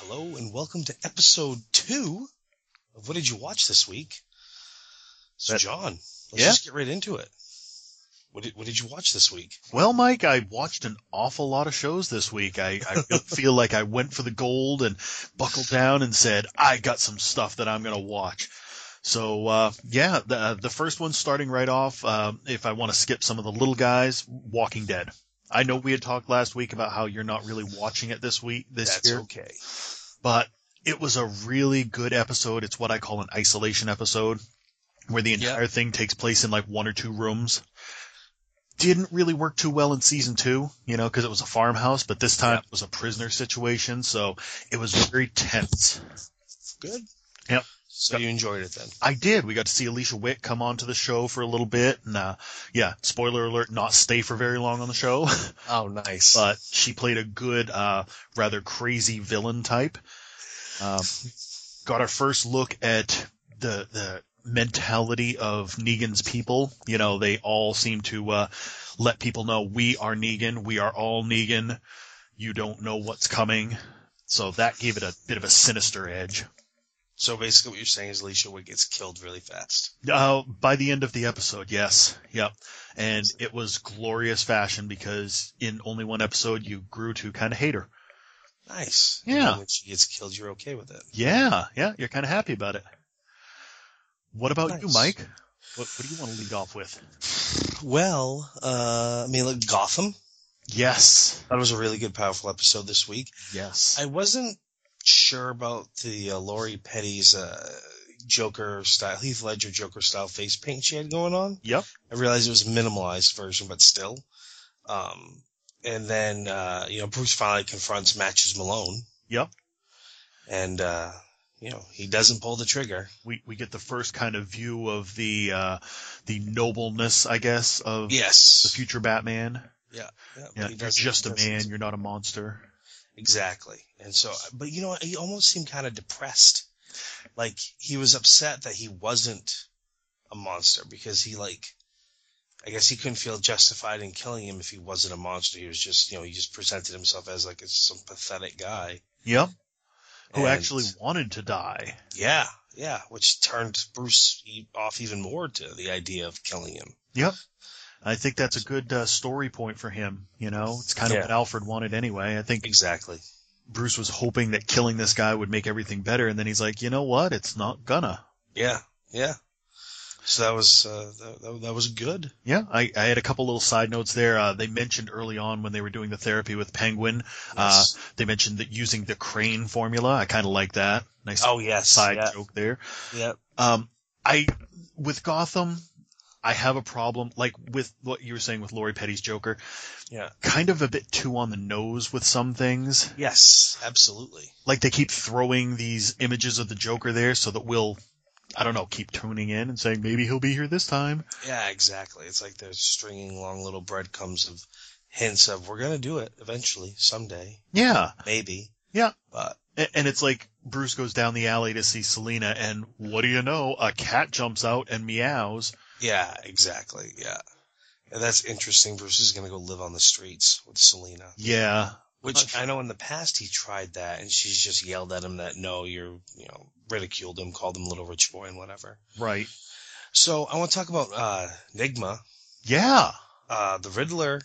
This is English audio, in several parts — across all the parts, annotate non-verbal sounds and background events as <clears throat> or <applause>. Hello and welcome to episode two of What Did You Watch This Week? So, That- John, let's Yeah? just get right into it. What did, what did you watch this week? Well, Mike, I watched an awful lot of shows this week. I, I <laughs> really feel like I went for the gold and buckled down and said, I got some stuff that I'm going to watch. So, uh, yeah, the, uh, the first one starting right off, um, if I want to skip some of the little guys, Walking Dead. I know we had talked last week about how you're not really watching it this week, this That's year, okay. but it was a really good episode. It's what I call an isolation episode, where the Yeah. entire thing takes place in like one or two rooms. Didn't really work too well in season two, you know, because it was a farmhouse, but this time it was a prisoner situation, so it was very tense. Good. Yep. So you enjoyed it then? I did. We got to see Alicia Wick come onto the show for a little bit, and uh, yeah, spoiler alert, not stay for very long on the show. <laughs> Oh, nice. but she played a good, uh, rather crazy villain type. Um, got our first look at the the mentality of Negan's people. You know, they all seem to uh, let people know we are Negan, we are all Negan. You don't know what's coming, so that gave it a bit of a sinister edge. so basically, what you're saying is Alicia Wick gets killed really fast. Uh, by the end of the episode, yes. Yep. And it was glorious fashion because in only one episode you grew to kind of hate her. Nice. And Yeah. then when she gets killed, you're okay with it. Yeah, yeah, you're kind of happy about it. What about you, Nice. Mike? What, what do you want to lead off with? Well, uh, I mean, look, Gotham. Yes, That was a really good, powerful episode this week. yes, I wasn't sure about the uh, Lori Petty's uh, Joker style, Heath Ledger Joker style face paint she had going on. yep, I realized it was a minimalized version, but still. Um, and then uh, you know Bruce finally confronts Matches Malone, yep. and uh, you know he doesn't pull the trigger. We we get the first kind of view of the uh, the nobleness, I guess, of the Yes, future Batman. but Yeah, he you're doesn't- just a doesn't- man. You're not a monster. Exactly. And so, but you know, what, he almost seemed kind of depressed. Like he was upset that he wasn't a monster because he like, I guess he couldn't feel justified in killing him if he wasn't a monster. He was just, you know, he just presented himself as like some pathetic guy. Yep. Who And- actually wanted to die? Yeah, yeah. Which turned Bruce e- off even more to the idea of killing him. Yep. I think that's a good uh, story point for him. You know, it's kind of Yeah. what Alfred wanted anyway. I think Exactly. Bruce was hoping that killing this guy would make everything better, and then he's like, you know what? It's not gonna. Yeah, yeah. So that was, uh, that- that, that was good. Yeah, I, I had a couple little side notes there. Uh, they mentioned early on when they were doing the therapy with Penguin, uh, Yes. they mentioned that using the crane formula. I kind of like that. Nice oh yes. side yeah, joke there. yeah. Um, I with Gotham, I have a problem like with what you were saying with Lori Petty's Joker. Yeah. kind of a bit too on the nose with some things. Yes, absolutely. Like they keep throwing these images of the Joker there so that we'll, I don't know, keep tuning in and saying maybe he'll be here this time. Yeah, exactly. It's like they're stringing along little breadcrumbs of hints of we're gonna do it eventually, someday, Yeah. maybe. Yeah. But A- And it's like Bruce goes down the alley to see Selena, and what do you know? A cat jumps out and meows. yeah, exactly. Yeah. And that's interesting. Bruce is gonna go live on the streets with Selena. Yeah, Which I know in the past he tried that and she's just yelled at him that no, you're you know, ridiculed him, called him little rich boy and whatever. right. So I wanna talk about uh Nigma. Yeah, Uh the Riddler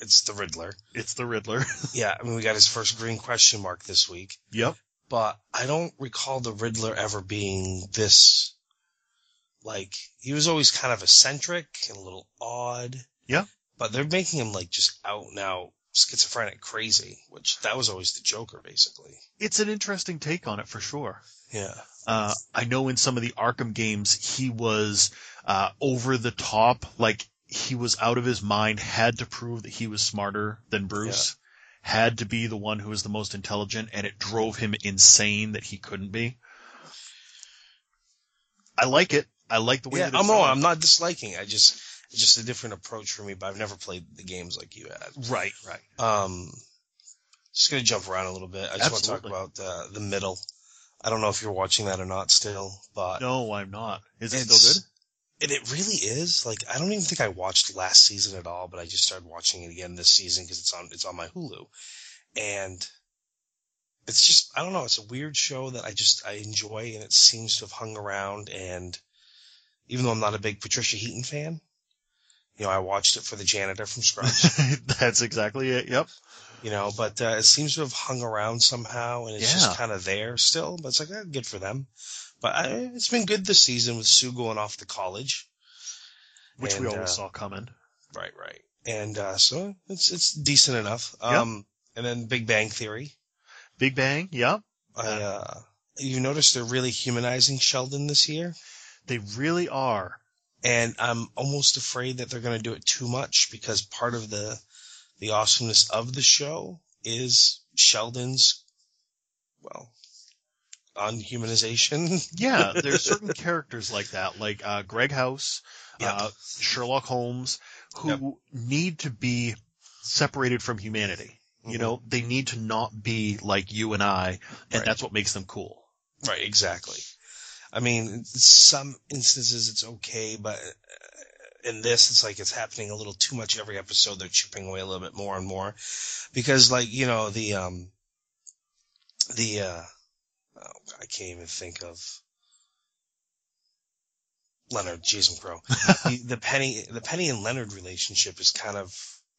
it's the Riddler. it's the Riddler. <laughs> Yeah, I mean we got his first green question mark this week. yep. but I don't recall the Riddler ever being this. Like he was always kind of eccentric and a little odd. Yeah. But they're making him like just out and out schizophrenic, crazy, which that was always the Joker, basically. It's an interesting take on it for sure. Yeah. Uh, I know in some of the Arkham games, he was uh, over the top, like he was out of his mind, had to prove that he was smarter than Bruce, had to be the one who was the most intelligent, and it drove him insane that he couldn't be. I like it. I like the way yeah. that I'm it's no, done. I'm not disliking. I just it's just a different approach for me. But I've never played the games like you had. Right, right. Um, just gonna jump around a little bit. I just want to talk Absolutely. about the the middle. I don't know if you're watching that or not still, but No, I'm not. Is it It's- still good? and it really is like I don't even think I watched last season at all, but I just started watching it again this season because it's on it's on my Hulu, and it's just I don't know. It's a weird show that I just I enjoy, and it seems to have hung around. And even though I'm not a big Patricia Heaton fan, you know, I watched it for the janitor from Scrubs. <laughs> That's exactly it. Yep. you know, but uh, it seems to have hung around somehow, and it's Yeah. just kind of there still. But it's like eh, good for them. But I, it's been good this season with Sue going off to college. Which we And, always uh, saw coming. Right, right. And uh, so it's it's decent enough. Um, and then Big Bang Theory. Big Bang. Yep. I, uh, you notice they're really humanizing Sheldon this year, They really are. and I'm almost afraid that they're going to do it too much because part of the the awesomeness of the show is Sheldon's well unhumanization. <laughs> Yeah. There's certain characters like that, like uh, Greg House, uh, Sherlock Holmes, who Yep. need to be separated from humanity. You Mhm. know, they need to not be like you and I, and Right. that's what makes them cool. Right, exactly. I mean, in some instances it's okay, but uh, in this, it's like it's happening a little too much every episode. They're chipping away a little bit more and more because, like, you know, the um, the uh, oh, I can't even think of Leonard. Jeez, and crow. the, the Penny, the Penny and Leonard relationship is kind of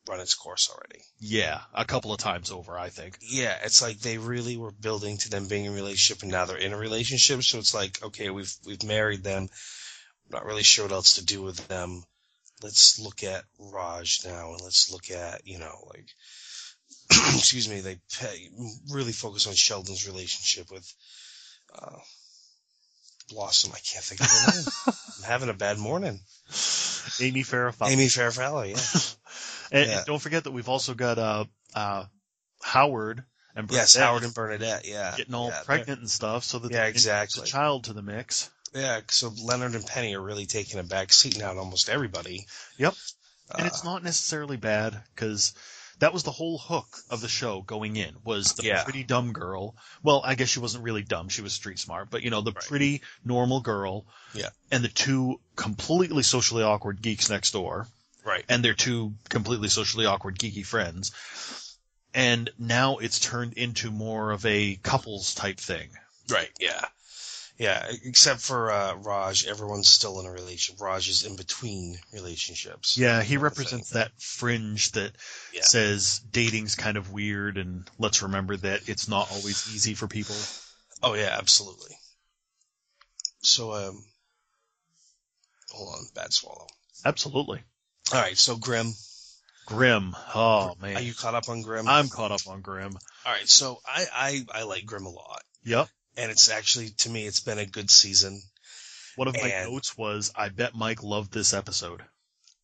run its course already. Yeah, a couple of times over, I think. yeah, it's like they really were building to them being in a relationship, and now they're in a relationship. So it's like, okay, we've we've married them. Not really sure what else to do with them. Let's look at Raj now, and let's look at you know like, <clears throat> excuse me, they pay, really focus on Sheldon's relationship with uh, Blossom. I can't think of her name. <laughs> I'm having a bad morning. Amy Farrah Fowler. Amy <laughs> Farrah, yeah, and, yeah. and don't forget that we've also got uh, uh, Howard and yes, Bernadette Howard and Bernadette, yeah, getting all yeah, they're- pregnant and stuff, so that Yeah, they introduce exactly. a child to the mix. Yeah, so Leonard and Penny are really taking a back seat now to almost everybody. Yep. Uh, and it's not necessarily bad because that was the whole hook of the show going in was the Yeah. pretty dumb girl. Well, I guess she wasn't really dumb; she was street smart, but you know, the Right. pretty normal girl. Yeah. And the two completely socially awkward geeks next door. right. and their two completely socially awkward geeky friends. And now it's turned into more of a couples type thing. Right. Yeah. Yeah. Except for uh, Raj, everyone's still in a relationship. Raj is in between relationships. Yeah, he represents that fringe that Yeah. says dating's kind of weird and let's remember that it's not always easy for people. Oh yeah, absolutely. So um, hold on, bad swallow. Absolutely. All right. So Grim, Grim. Oh are man. you caught up on Grim? I'm caught up on Grim. All right. So I I I like Grim a lot, Yep. and it's actually to me it's been a good season. One of my And- notes was I bet Mike loved this episode.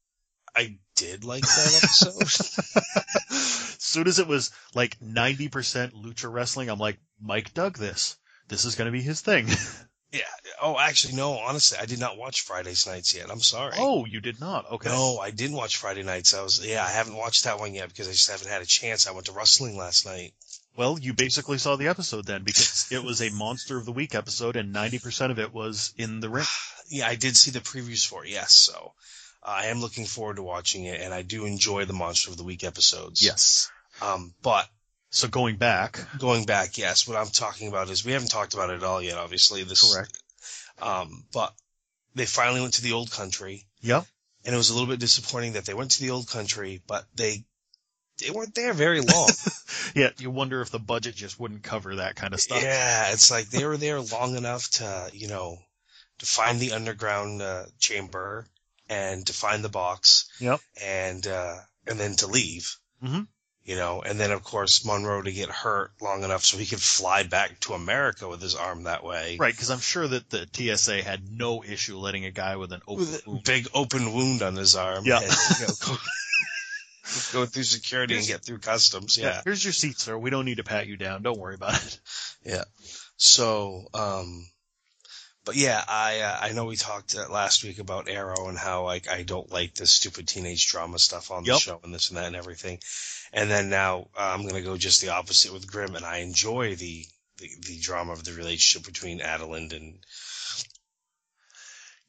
<laughs> I did like <laughs> that episode. soon as it was like 90% lucha wrestling, I'm like, Mike dug this. This is going to be his thing. <laughs> Yeah. Oh, actually, no. Honestly, I did not watch Fridays nights yet. I'm sorry. Oh, you did not. Okay. no, I didn't watch Friday nights. I was yeah, I haven't watched that one yet because I just haven't had a chance. I went to wrestling last night. Well, you basically saw the episode then because it was a Monster of the Week episode and 90% of it was in the <sighs> ring. Yeah, I did see the previews for it, yes. So uh, I am looking forward to watching it, and I do enjoy the Monster of the Week episodes. Yes. Um, but So going back. going back, yes, what I'm talking about is we haven't talked about it at all yet. Obviously, this Um, but they finally went to the old country. Yep. and it was a little bit disappointing that they went to the old country, but they they weren't there very long. Yeah. You wonder if the budget just wouldn't cover that kind of stuff. yeah, it's like they were there long enough to you know to find the underground uh, chamber and to find the box. Yep. And uh, and then to leave. Mhm. You know, and then of course Monroe to get hurt long enough so he could fly back to America with his arm that way. Right. Cause I'm sure that the TSA had no issue letting a guy with an open With a wound. big open wound on his arm. Yeah. and, you <laughs> know, go, <laughs> go through security and get through customs. yeah. Here's your seat, sir. We don't need to pat you down. Don't worry about it. <laughs> So, um, but yeah, I uh, I know we talked uh, last week about Arrow and how like I don't like this stupid teenage drama stuff on the Yep. show and this and that and everything, and then now uh, I'm gonna go just the opposite with Grimm and I enjoy the the, the drama of the relationship between Adeline and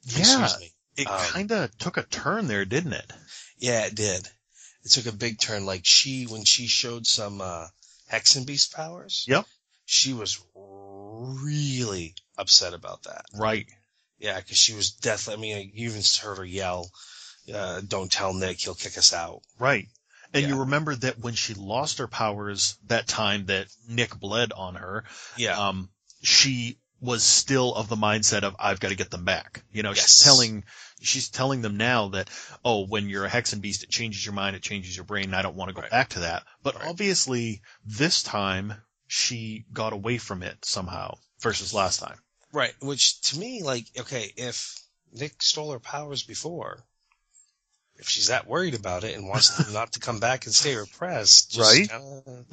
excuse me. It Um, kind of took a turn there, didn't it? yeah it did it took a big turn like she when she showed some uh, hex and beast powers Yep. she was really upset about that. Right. Yeah, because she was deathly. I mean, you even heard her yell, uh, "Don't tell Nick, he'll kick us out." Right. And Yeah. you remember that when she lost her powers that time that Nick bled on her, Yeah, um, she was still of the mindset of I've got to get them back. You know, Yes. she's telling she's telling them now that oh, when you're a hex and beast, it changes your mind, it changes your brain. And I don't want to go Right. back to that. But Right. obviously, this time she got away from it somehow versus last time. right. Which to me, like, okay, if Nick stole her powers before, if she's that worried about it and wants them not to come back and stay repressed, just Right. kinda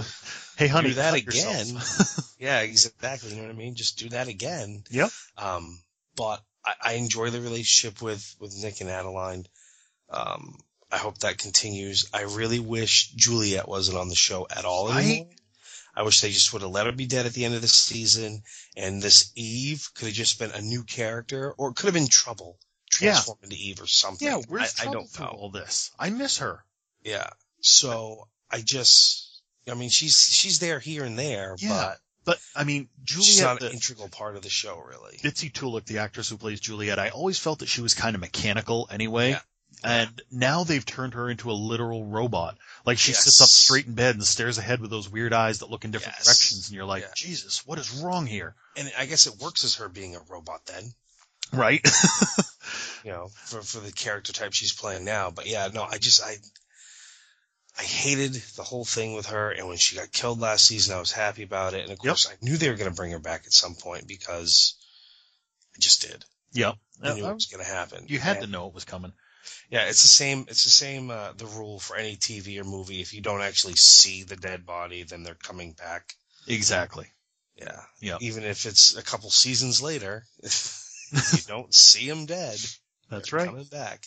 Hey, honey, do that cut yourself. again. <laughs> <laughs> yeah, exactly. You know what I mean? Just do that again. Yep. Um, but I, I enjoy the relationship with, with Nick and Adeline. Um, I hope that continues. I really wish Juliet wasn't on the show at all Right? anymore. I wish they just would have let her be dead at the end of this season, and this Eve could have just been a new character, or it could have been Trouble Yeah. transformed into Eve or something. Yeah, where's I, I trouble don't through know. all this? I miss her. Yeah. So I just, I mean, she's she's there here and there, Yeah, but But I mean, she's Juliet, not the, an integral part of the show, really. Bitsy Tulik, the actress who plays Juliet, I always felt that she was kind of mechanical anyway. Yeah. And now they've turned her into a literal robot. Like she sits Yes. up straight in bed and stares ahead with those weird eyes that look in different Yes. directions, and you're like, Yeah. Jesus, what is wrong here? And I guess it works as her being a robot then, Right? <laughs> you know, for for the character type she's playing now. But yeah, no, I just I I hated the whole thing with her, and when she got killed last season, I was happy about it. And of Yep. course, I knew they were going to bring her back at some point because I just did. yep. I knew Uh, it was going to happen. you had And- to know it was coming. Yeah, it's the same. It's the same. Uh, the rule for any TV or movie: if you don't actually see the dead body, then they're coming back. Exactly. Yeah. Yeah. Even if it's a couple seasons later, <laughs> if you don't see him dead. <laughs> That's they're right. Coming back.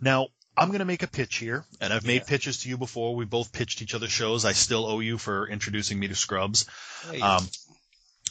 Now, I'm going to make a pitch here, and I've Yeah. made pitches to you before. We both pitched each other shows. I still owe you for introducing me to Scrubs. Hey, Um,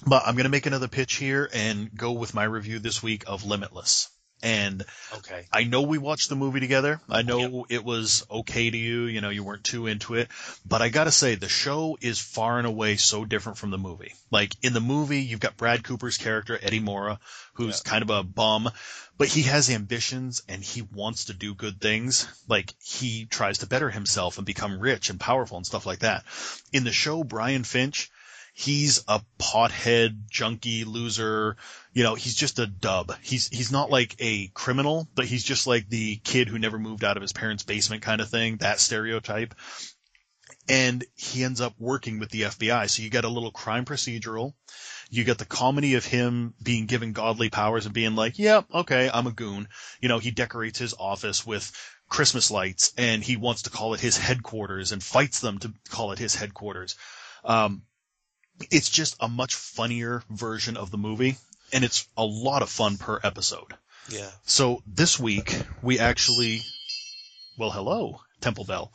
but I'm going to make another pitch here and go with my review this week of Limitless. And okay. I know we watched the movie together. I know it was okay to you. You know, you weren't too into it. But I got to say, the show is far and away so different from the movie. Like, in the movie, you've got Brad Cooper's character, Eddie Mora, who's kind of a bum, but he has ambitions and he wants to do good things. Like, he tries to better himself and become rich and powerful and stuff like that. In the show, Brian Finch, he's a pothead, junkie, loser. You know, he's just a dub. He's he's not like a criminal, but he's just like the kid who never moved out of his parents' basement kind of thing, that stereotype. And he ends up working with the FBI. So you got a little crime procedural. You get the comedy of him being given godly powers and being like, yeah, okay, I'm a goon. You know, he decorates his office with Christmas lights and he wants to call it his headquarters and fights them to call it his headquarters. Um, it's just a much funnier version of the movie, and it's a lot of fun per episode. Yeah. So this week we actually, well, hello, Temple Bell.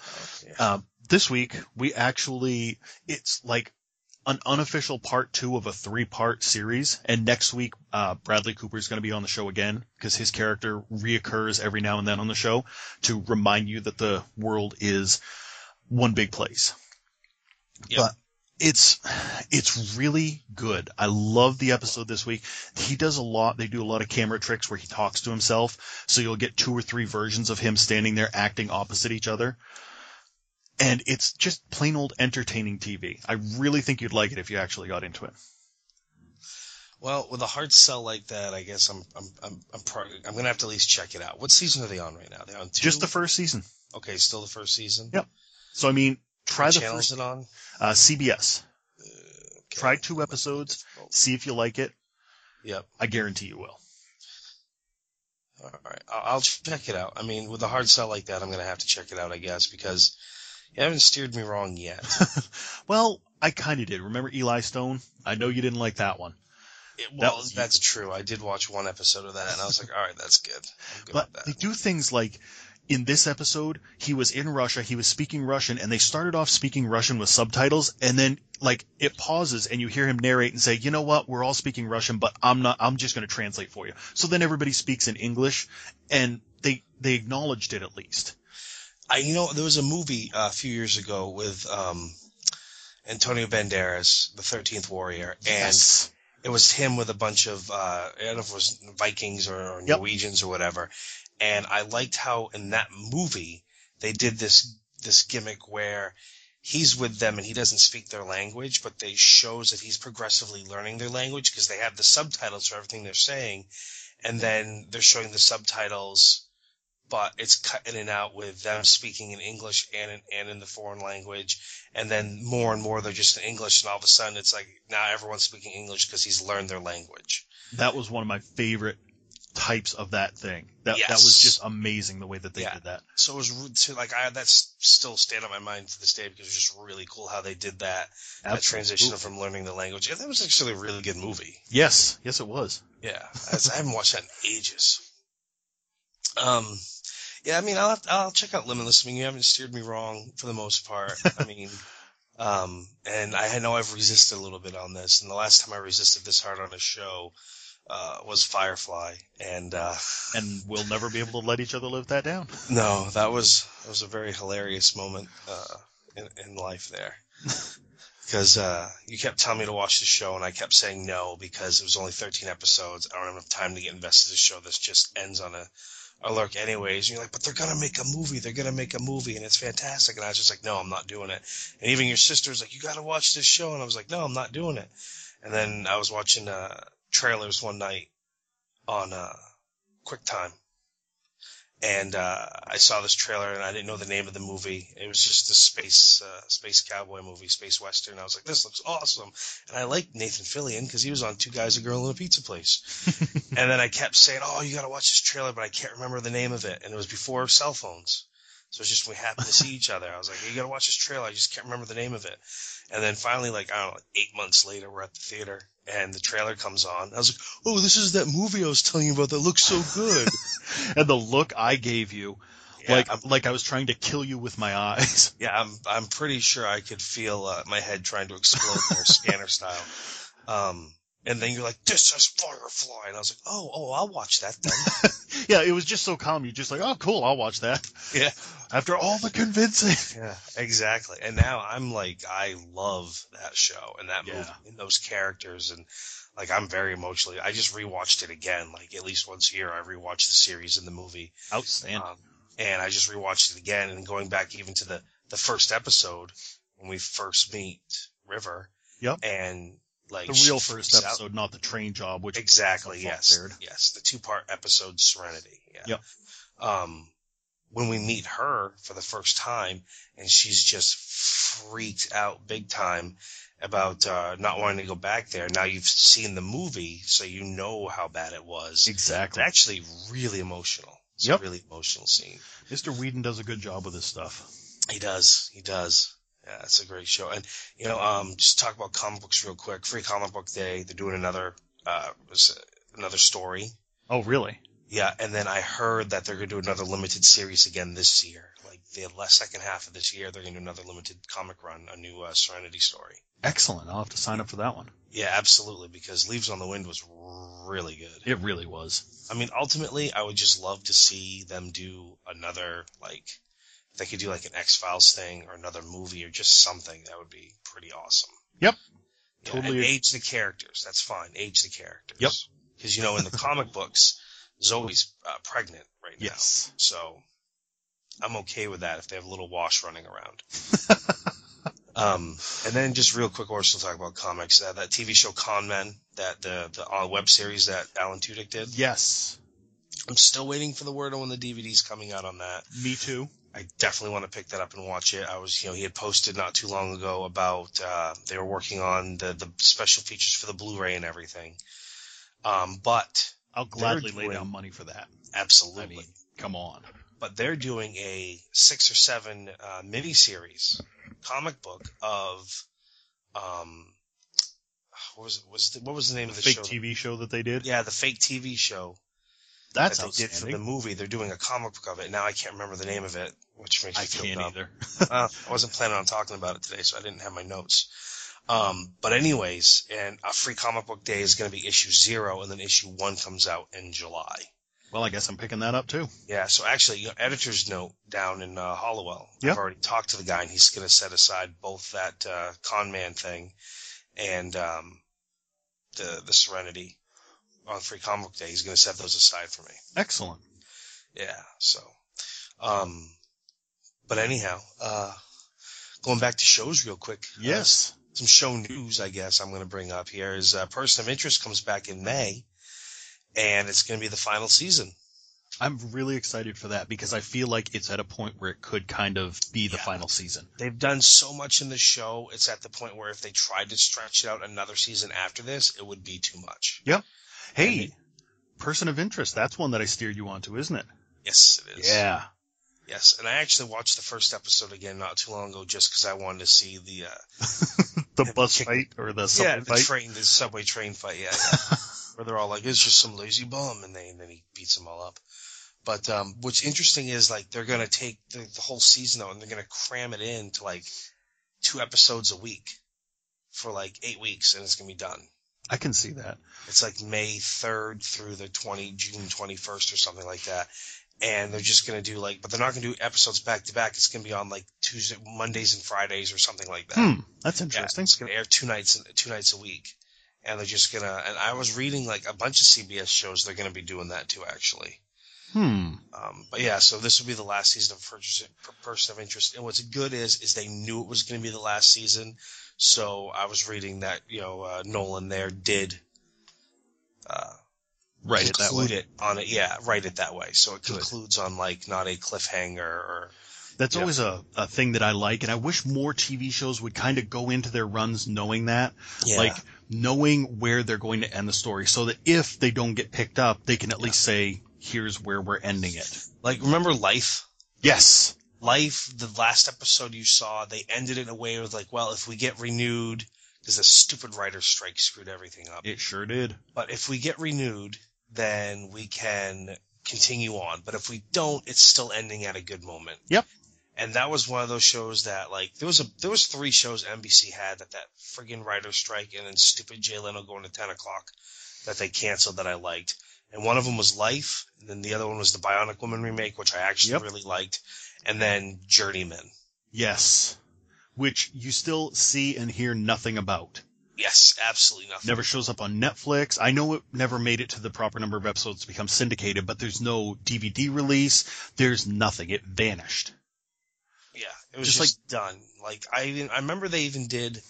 Um, this week we actually, it's like an unofficial part two of a three part series. And next week, uh, Bradley Cooper is going to be on the show again because his character reoccurs every now and then on the show to remind you that the world is one big place. Yeah. But it's, it's really good. I love the episode this week. He does a lot. They do a lot of camera tricks where he talks to himself. So you'll get two or three versions of him standing there acting opposite each other and it's just plain old entertaining TV. I really think you'd like it if you actually got into it. Well, with a hard sell like that, I guess I'm I'm I'm I'm, pro- I'm gonna have to at least check it out. What season are they on right now? They're on two. Just the first season. okay, still the first season. Yep. So I mean, try What the channel first is it on? uh, CBS. Okay. Try two episodes. See if you like it. Yep. I guarantee you will. All right, I'll I'll check it out. I mean, with a hard sell like that, I'm gonna have to check it out, I guess, because you haven't steered me wrong <laughs> yet. Well, I kind of did. Remember Eli Stone? I know you didn't like that one, It, well, was- that's true. I did watch one episode of that, and I was like, all right, that's good. I'm good but with that. they do things like. In this episode, he was in Russia. He was speaking Russian, and they started off speaking Russian with subtitles, and then like it pauses, and you hear him narrate and say, "You know what? We're all speaking Russian, but I'm not. I'm just going to translate for you." So then everybody speaks in English, and they they acknowledged it at least. I, you know, there was a movie uh, a few years ago with, um, Antonio Banderas, the Thirteenth Warrior, and Yes. it was him with a bunch of uh, I don't know if it was Vikings or, or Yep. Norwegians or whatever. And I liked how in that movie they did this this gimmick where he's with them and he doesn't speak their language, but they shows that he's progressively learning their language because they have the subtitles for everything they're saying, and then they're showing the subtitles. But it's cut in and out with them speaking in English and in, and in the foreign language, and then more and more they're just in English, and all of a sudden it's like now everyone's speaking English because he's learned their language. That was one of my favorite types of that thing. That that Yes. was just amazing the way that they Yeah. did that. So it was re- so like I that's still staying on my mind to this day because it's just really cool how they did that that transition from learning the language. And that was actually a really good movie. Yes, yes, it was. Yeah, that's, I haven't watched that in ages. Um, yeah, I mean, I'll have- I'll check out Limitless. I mean, you haven't steered me wrong for the most part. I mean, um, and I know I've resisted a little bit on this, and the last time I resisted this hard on a show uh, was Firefly, and uh, And we'll never be able to let each other live that down. no, that was that was a very hilarious moment uh, in, in life there. Because uh, you kept telling me to watch the show, and I kept saying no because it was only 13 episodes. I don't have enough time to get invested in a show that just ends on a, a lurk, anyways. And you're like, but they're going to make a movie. They're going to make a movie, and it's fantastic. And I was just like, no, I'm not doing it. And even your sister's like, you got to watch this show. And I was like, no, I'm not doing it. And then I was watching uh, trailers one night on uh, QuickTime and uh, I saw this trailer and I didn't know the name of the movie. It was just the space uh, space cowboy movie, space western. I was like, this looks awesome, and I liked Nathan Fillion because he was on Two Guys, a Girl, and a Pizza Place. and then I kept saying, oh, you got to watch this trailer, but I can't remember the name of it, and it was before cell phones. So it's just we happened to see each other. I was like, you got to watch this trailer. I just can't remember the name of it. And then finally, like I don't know, like eight months later, we're at the theater and the trailer comes on. I was like, oh, this is that movie I was telling you about that looks so good. And the look I gave you, Yeah, like like I was trying to kill you with my eyes. <laughs> Yeah, I'm I'm pretty sure I could feel uh, my head trying to explode there, scanner style. Um, and then you're like, "This is Firefly," and I was like, "Oh, oh, I'll watch that then." yeah, it was just so calm. You're just like, oh, cool, I'll watch that. yeah, <laughs> After all the convincing. yeah, exactly. And now I'm like, I love that show and that Yeah. movie and those characters, and like I'm very emotionally. I just rewatched it again, like at least once a year. I rewatch the series and the movie. <laughs> Outstanding. Um, and I just rewatched it again and going back even to the, the first episode when we first meet River. Yep. And like the she real first freaks out. episode, not the train job, which Exactly. Fuck Yes. third. Yes. The two part episode Serenity. Yeah. Yep. Um, when we meet her for the first time and she's just freaked out big time about, uh, not wanting to go back there. Now you've seen the movie, so you know how bad it was. It's exactly. actually really emotional. It's Yep. a really emotional scene. Mr. Whedon does a good job with this stuff. He does. He does. Yeah, it's a great show. And you know, um, just talk about comic books real quick. Free Comic Book Day. They're doing another uh, was it another story. Oh, really? Yeah, and then I heard that they're going to do another limited series again this year. Like the last second half of this year, they're going to do another limited comic run, a new uh, Serenity story. Excellent. I'll have to sign up for that one. Yeah, absolutely. Because Leaves on the Wind was really good. It really was. I mean, ultimately, I would just love to see them do another like if they could do like an X Files thing or another movie or just something that would be pretty awesome. Yep. Yeah, Totally. And age the characters. That's fine. Age the characters. Yep. Because you know, in the comic books, Zoe's uh, pregnant right now. Yes. So I'm okay with that if they have little wash running <laughs> around. um, and then just real quick, we're still talking about comics. Uh, that TV show Con Men, that the the uh, web series that Alan Tudyk did. Yes. I'm still waiting for the word on when the DVD's coming out on that. Me too. I definitely want to pick that up and watch it. I was, you know, he had posted not too long ago about uh, they were working on the the special features for the Blu-ray and everything. Um, but I'll gladly gladly lay lay down down money for that. absolutely, I mean, come on. but they're doing a six or seven uh, mini series comic book of um, what was was the, what was the name of the Fake show? TV show that they did. Yeah, the fake TV show That's that they did for the outstanding. movie. They're doing a comic book of it now. I can't remember the name of it, which makes me I feel can't dumb. either. <laughs> uh, I wasn't planning on talking about it today, so I didn't have my notes. Um, but anyways, and a free comic book day is going to be issue zero, and then issue one comes out in July. Well, I guess I'm picking that up too. Yeah, so actually, you know, editor's note down in uh, Hollowell. Yep. I've already talked to the guy, and he's going to set aside both that uh, con man thing and um, the the Serenity on Free Comic Book Day. He's going to set those aside for me. Excellent. Yeah, so. Um, but anyhow, uh, going back to shows real quick. uh, Yes. some show news, I guess, I'm going to bring up here is uh, Person of Interest comes back in May, and it's going to be the final season. I'm really excited for that because I feel like it's at a point where it could kind of be the Yeah. final season. They've done so much in the show, it's at the point where if they tried to stretch it out another season after this, it would be too much. Hey, And person of interest. That's one that I steered you onto, isn't it? Yes, it is. Yes, and I actually watched the first episode again not too long ago just because I wanted to see the uh, The bus fight or the subway the fight. train, the subway train fight, yeah, <laughs> yeah. where they're all like, "It's just some lazy bum," and, they, and then he beats them all up. But um, what's interesting is like they're gonna take the, the whole season though, and they're gonna cram it in to like two episodes a week for like eight weeks, and it's gonna be done. I can see that. It's like May third through the twenty June twenty first or something like that. And they're just gonna do like, but they're not gonna do episodes back to back. It's gonna be on like Tuesday, Mondays, and Fridays or something like that. Hmm. That's Yeah, interesting. it's gonna air two nights two nights a week, and they're just gonna. And I was reading like a bunch of CBS shows. They're gonna be doing that too, actually. Hmm. Um, but yeah, so this will be the last season of Purchase- Person of Interest. And what's good is is they knew it was gonna be the last season. So I was reading that you know uh, Nolan there did. Uh, Right. It that way. conclude it on it, yeah. Write it that way, so it Good. concludes on like not a cliffhanger or That's Yeah. always a, a thing that I like, and I wish more TV shows would kind of go into their runs knowing that, yeah. like knowing where they're going to end the story, so that if they don't get picked up, they can at least say, "Here's where we're ending it." like remember Life Yes. Life, the last episode you saw, they ended it in a way with like, well, if we get renewed, because the stupid writer strike screwed everything up. It sure did. But if we get renewed, then we can continue on. But if we don't, it's still ending at a good moment. Yep. And that was one of those shows that like there was a there was three shows NBC had that that friggin' writer strike and then stupid Jay Leno going to ten o'clock that they canceled that I liked. And one of them was Life, and then the other one was the Bionic Woman remake, which I actually Yep. really liked, and then Journeyman. Yes. Which you still see and hear nothing about. Yes, absolutely nothing. Never shows up on Netflix. I know it never made it to the proper number of episodes to become syndicated, but there's no DVD release. There's nothing. It vanished. Yeah, it was Just just, like done. Like I even I remember they even did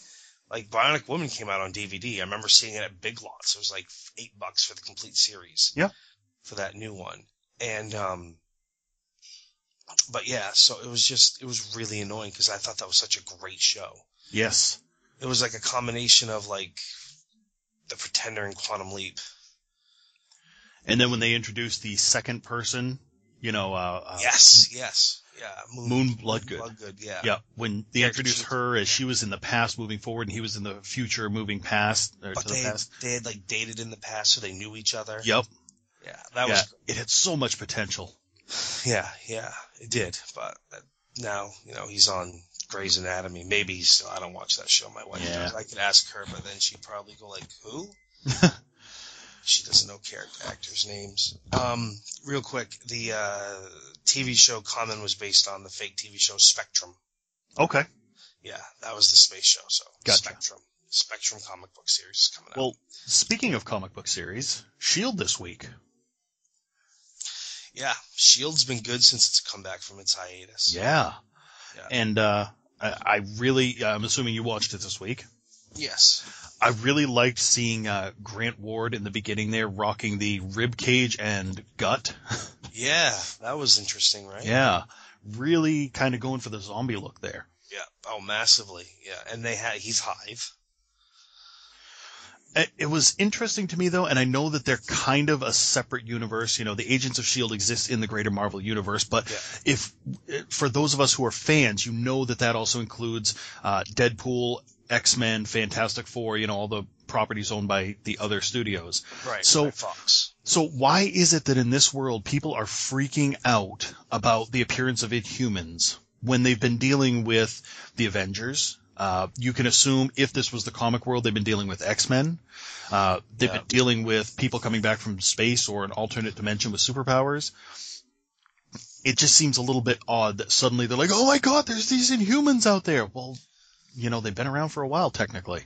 like Bionic Woman came out on DVD. I remember seeing it at Big Lots. It was like eight bucks for the complete series. Yeah. for that new one. And um, but yeah, so it was just it was really annoying because I thought that was such a great show. Yes. It was like a combination of like the Pretender and Quantum Leap. And then when they introduced the second person, you know, uh, uh yes, yes, yeah. Moon Bloodgood. Bloodgood, yeah. Yeah, when they Yeah, introduced she- her as she was in the past moving forward and he was in the future moving past or But to the they past. they had like dated in the past, so they knew each other. Yep. Yeah, that yeah, was it had so much potential. Yeah, yeah, it did. But uh, now, you know, he's on Grey's Anatomy. Maybe he's still. I don't watch that show. My wife Yeah. does. I could ask her, but then she'd probably go like, <laughs> "Who?" she doesn't know character actors' names. Um, real quick, the uh, TV show Common was based on the fake TV show Spectrum. Okay. Yeah, that was the space show. So Gotcha. Spectrum, Spectrum comic book series is coming out. Well, speaking of comic book series, Shield E this week. yeah, Shield's been good since it's come back from its hiatus. Yeah. Yeah. And uh I, I really I'm assuming you watched it this week. Yes. I really liked seeing uh Grant Ward in the beginning there rocking the rib cage and gut. Yeah, that was interesting, right? Yeah. Really kind of going for the zombie look there. Yeah. Oh, massively. Yeah. And they had he's Hive. it it was interesting to me though, and I know that they're kind of a separate universe. You know, the Agents of Shield exists in the greater Marvel universe, but Yeah. if eh, for those of us who are fans, you know that that also includes uh, Deadpool, X Men, Fantastic Four. You know, all the properties owned by the other studios. Right. So- by Fox. So why is it that in this world people are freaking out about the appearance of Inhumans when they've been dealing with the Avengers? Uh, you can assume if this was the comic world, they've been dealing with X Men. Uh, they've Yeah. been dealing with people coming back from space or an alternate dimension with superpowers. It just seems a little bit odd that suddenly they're like, "Oh my God, there's these Inhumans out there." Well, you know, they've been around for a while technically.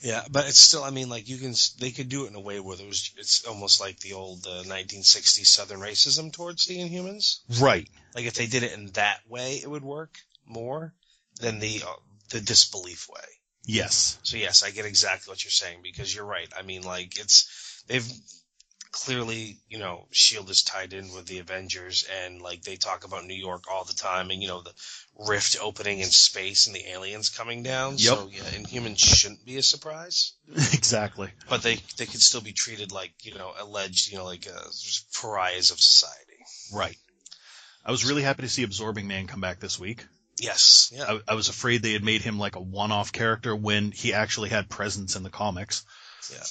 Yeah, but it's still. I mean, like you can. s- They could do it in a way where there was. It's almost like the old uh, 1960s Southern racism towards the Inhumans. Right. Like if they did it in that way, it would work more than the uh, the disbelief way. Yes. <laughs> So yes, I get exactly what you're saying because you're right. I mean, like it's they've clearly, you know, Shield E is tied in with the Avengers, and like they talk about New York all the time, and you know the rift opening in space and the aliens coming down. So yeah, Inhumans shouldn't be a surprise, exactly. but they they could still be treated like you know alleged, you know, like uh, pariahs of society. Right. I was really happy to see Absorbing Man come back this week. Yes, yeah, I, I was afraid they had made him like a one-off character when he actually had presence in the comics. Yeah.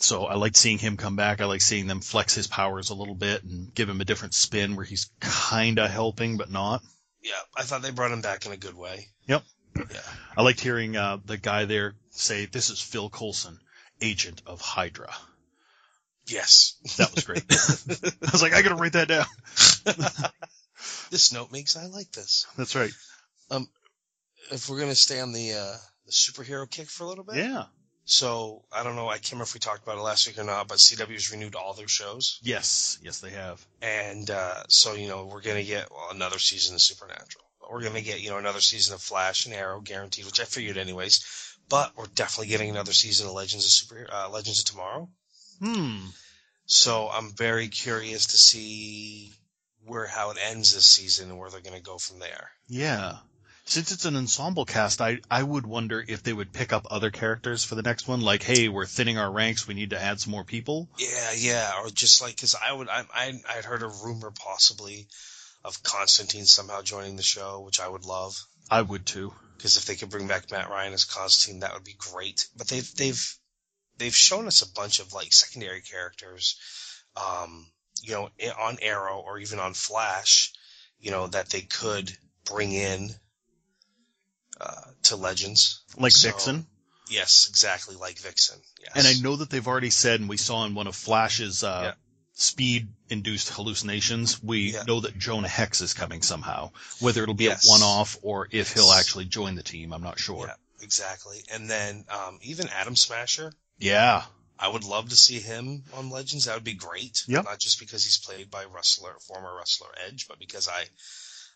So I liked seeing him come back. I like seeing them flex his powers a little bit and give him a different spin where he's kind of helping but not. yeah. I thought they brought him back in a good way. Yep. Yeah. I liked hearing uh, the guy there say, "This is Phil Coulson, agent of Hydra." Yes. <laughs> That was <laughs> great. I was like, "I gotta write that down." This note makes I like this. That's right. if we're gonna stay on the uh, the superhero kick for a little bit, Yeah. So I don't know. I can't remember if we talked about it last week or not, but CW's renewed all their shows, Yes. Yes, they have. and uh, so you know we're gonna get well, another season of Supernatural. We're gonna get you know another season of Flash and Arrow, guaranteed, which I figured anyways. But we're definitely getting another season of Legends of Super uh, Legends of Tomorrow. Hmm. So I'm very curious to see where how it ends this season and where they're gonna go from there. Yeah. Since it's an ensemble cast, I, I would wonder if they would pick up other characters for the next one. Like, hey, we're thinning our ranks. We need to add some more people. Yeah, yeah, or just like because I would, I, I, I'd heard a rumor possibly of Constantine somehow joining the show, which I would love I would too. because if they could bring back Matt Ryan as Constantine, that would be great. But they've they've they've shown us a bunch of like secondary characters, um, you know, i- on Arrow or even on Flash, you know, that they could bring in uh, to Legends. Like So- Vixen. Yes, exactly, like Vixen. Yes. And I know that they've already said, and we saw in one of Flash's uh, Yeah. speed induced hallucinations, we Yeah. know that Jonah Hex is coming somehow. Whether it'll be Yes. a one off or if he'll Yes. actually join the team, I'm not sure. Yeah, exactly. And then um, even Adam Smasher, Yeah. I would love to see him on Legends. That would be great. Yep. Not just because he's played by wrestler, former wrestler Edge, but because I,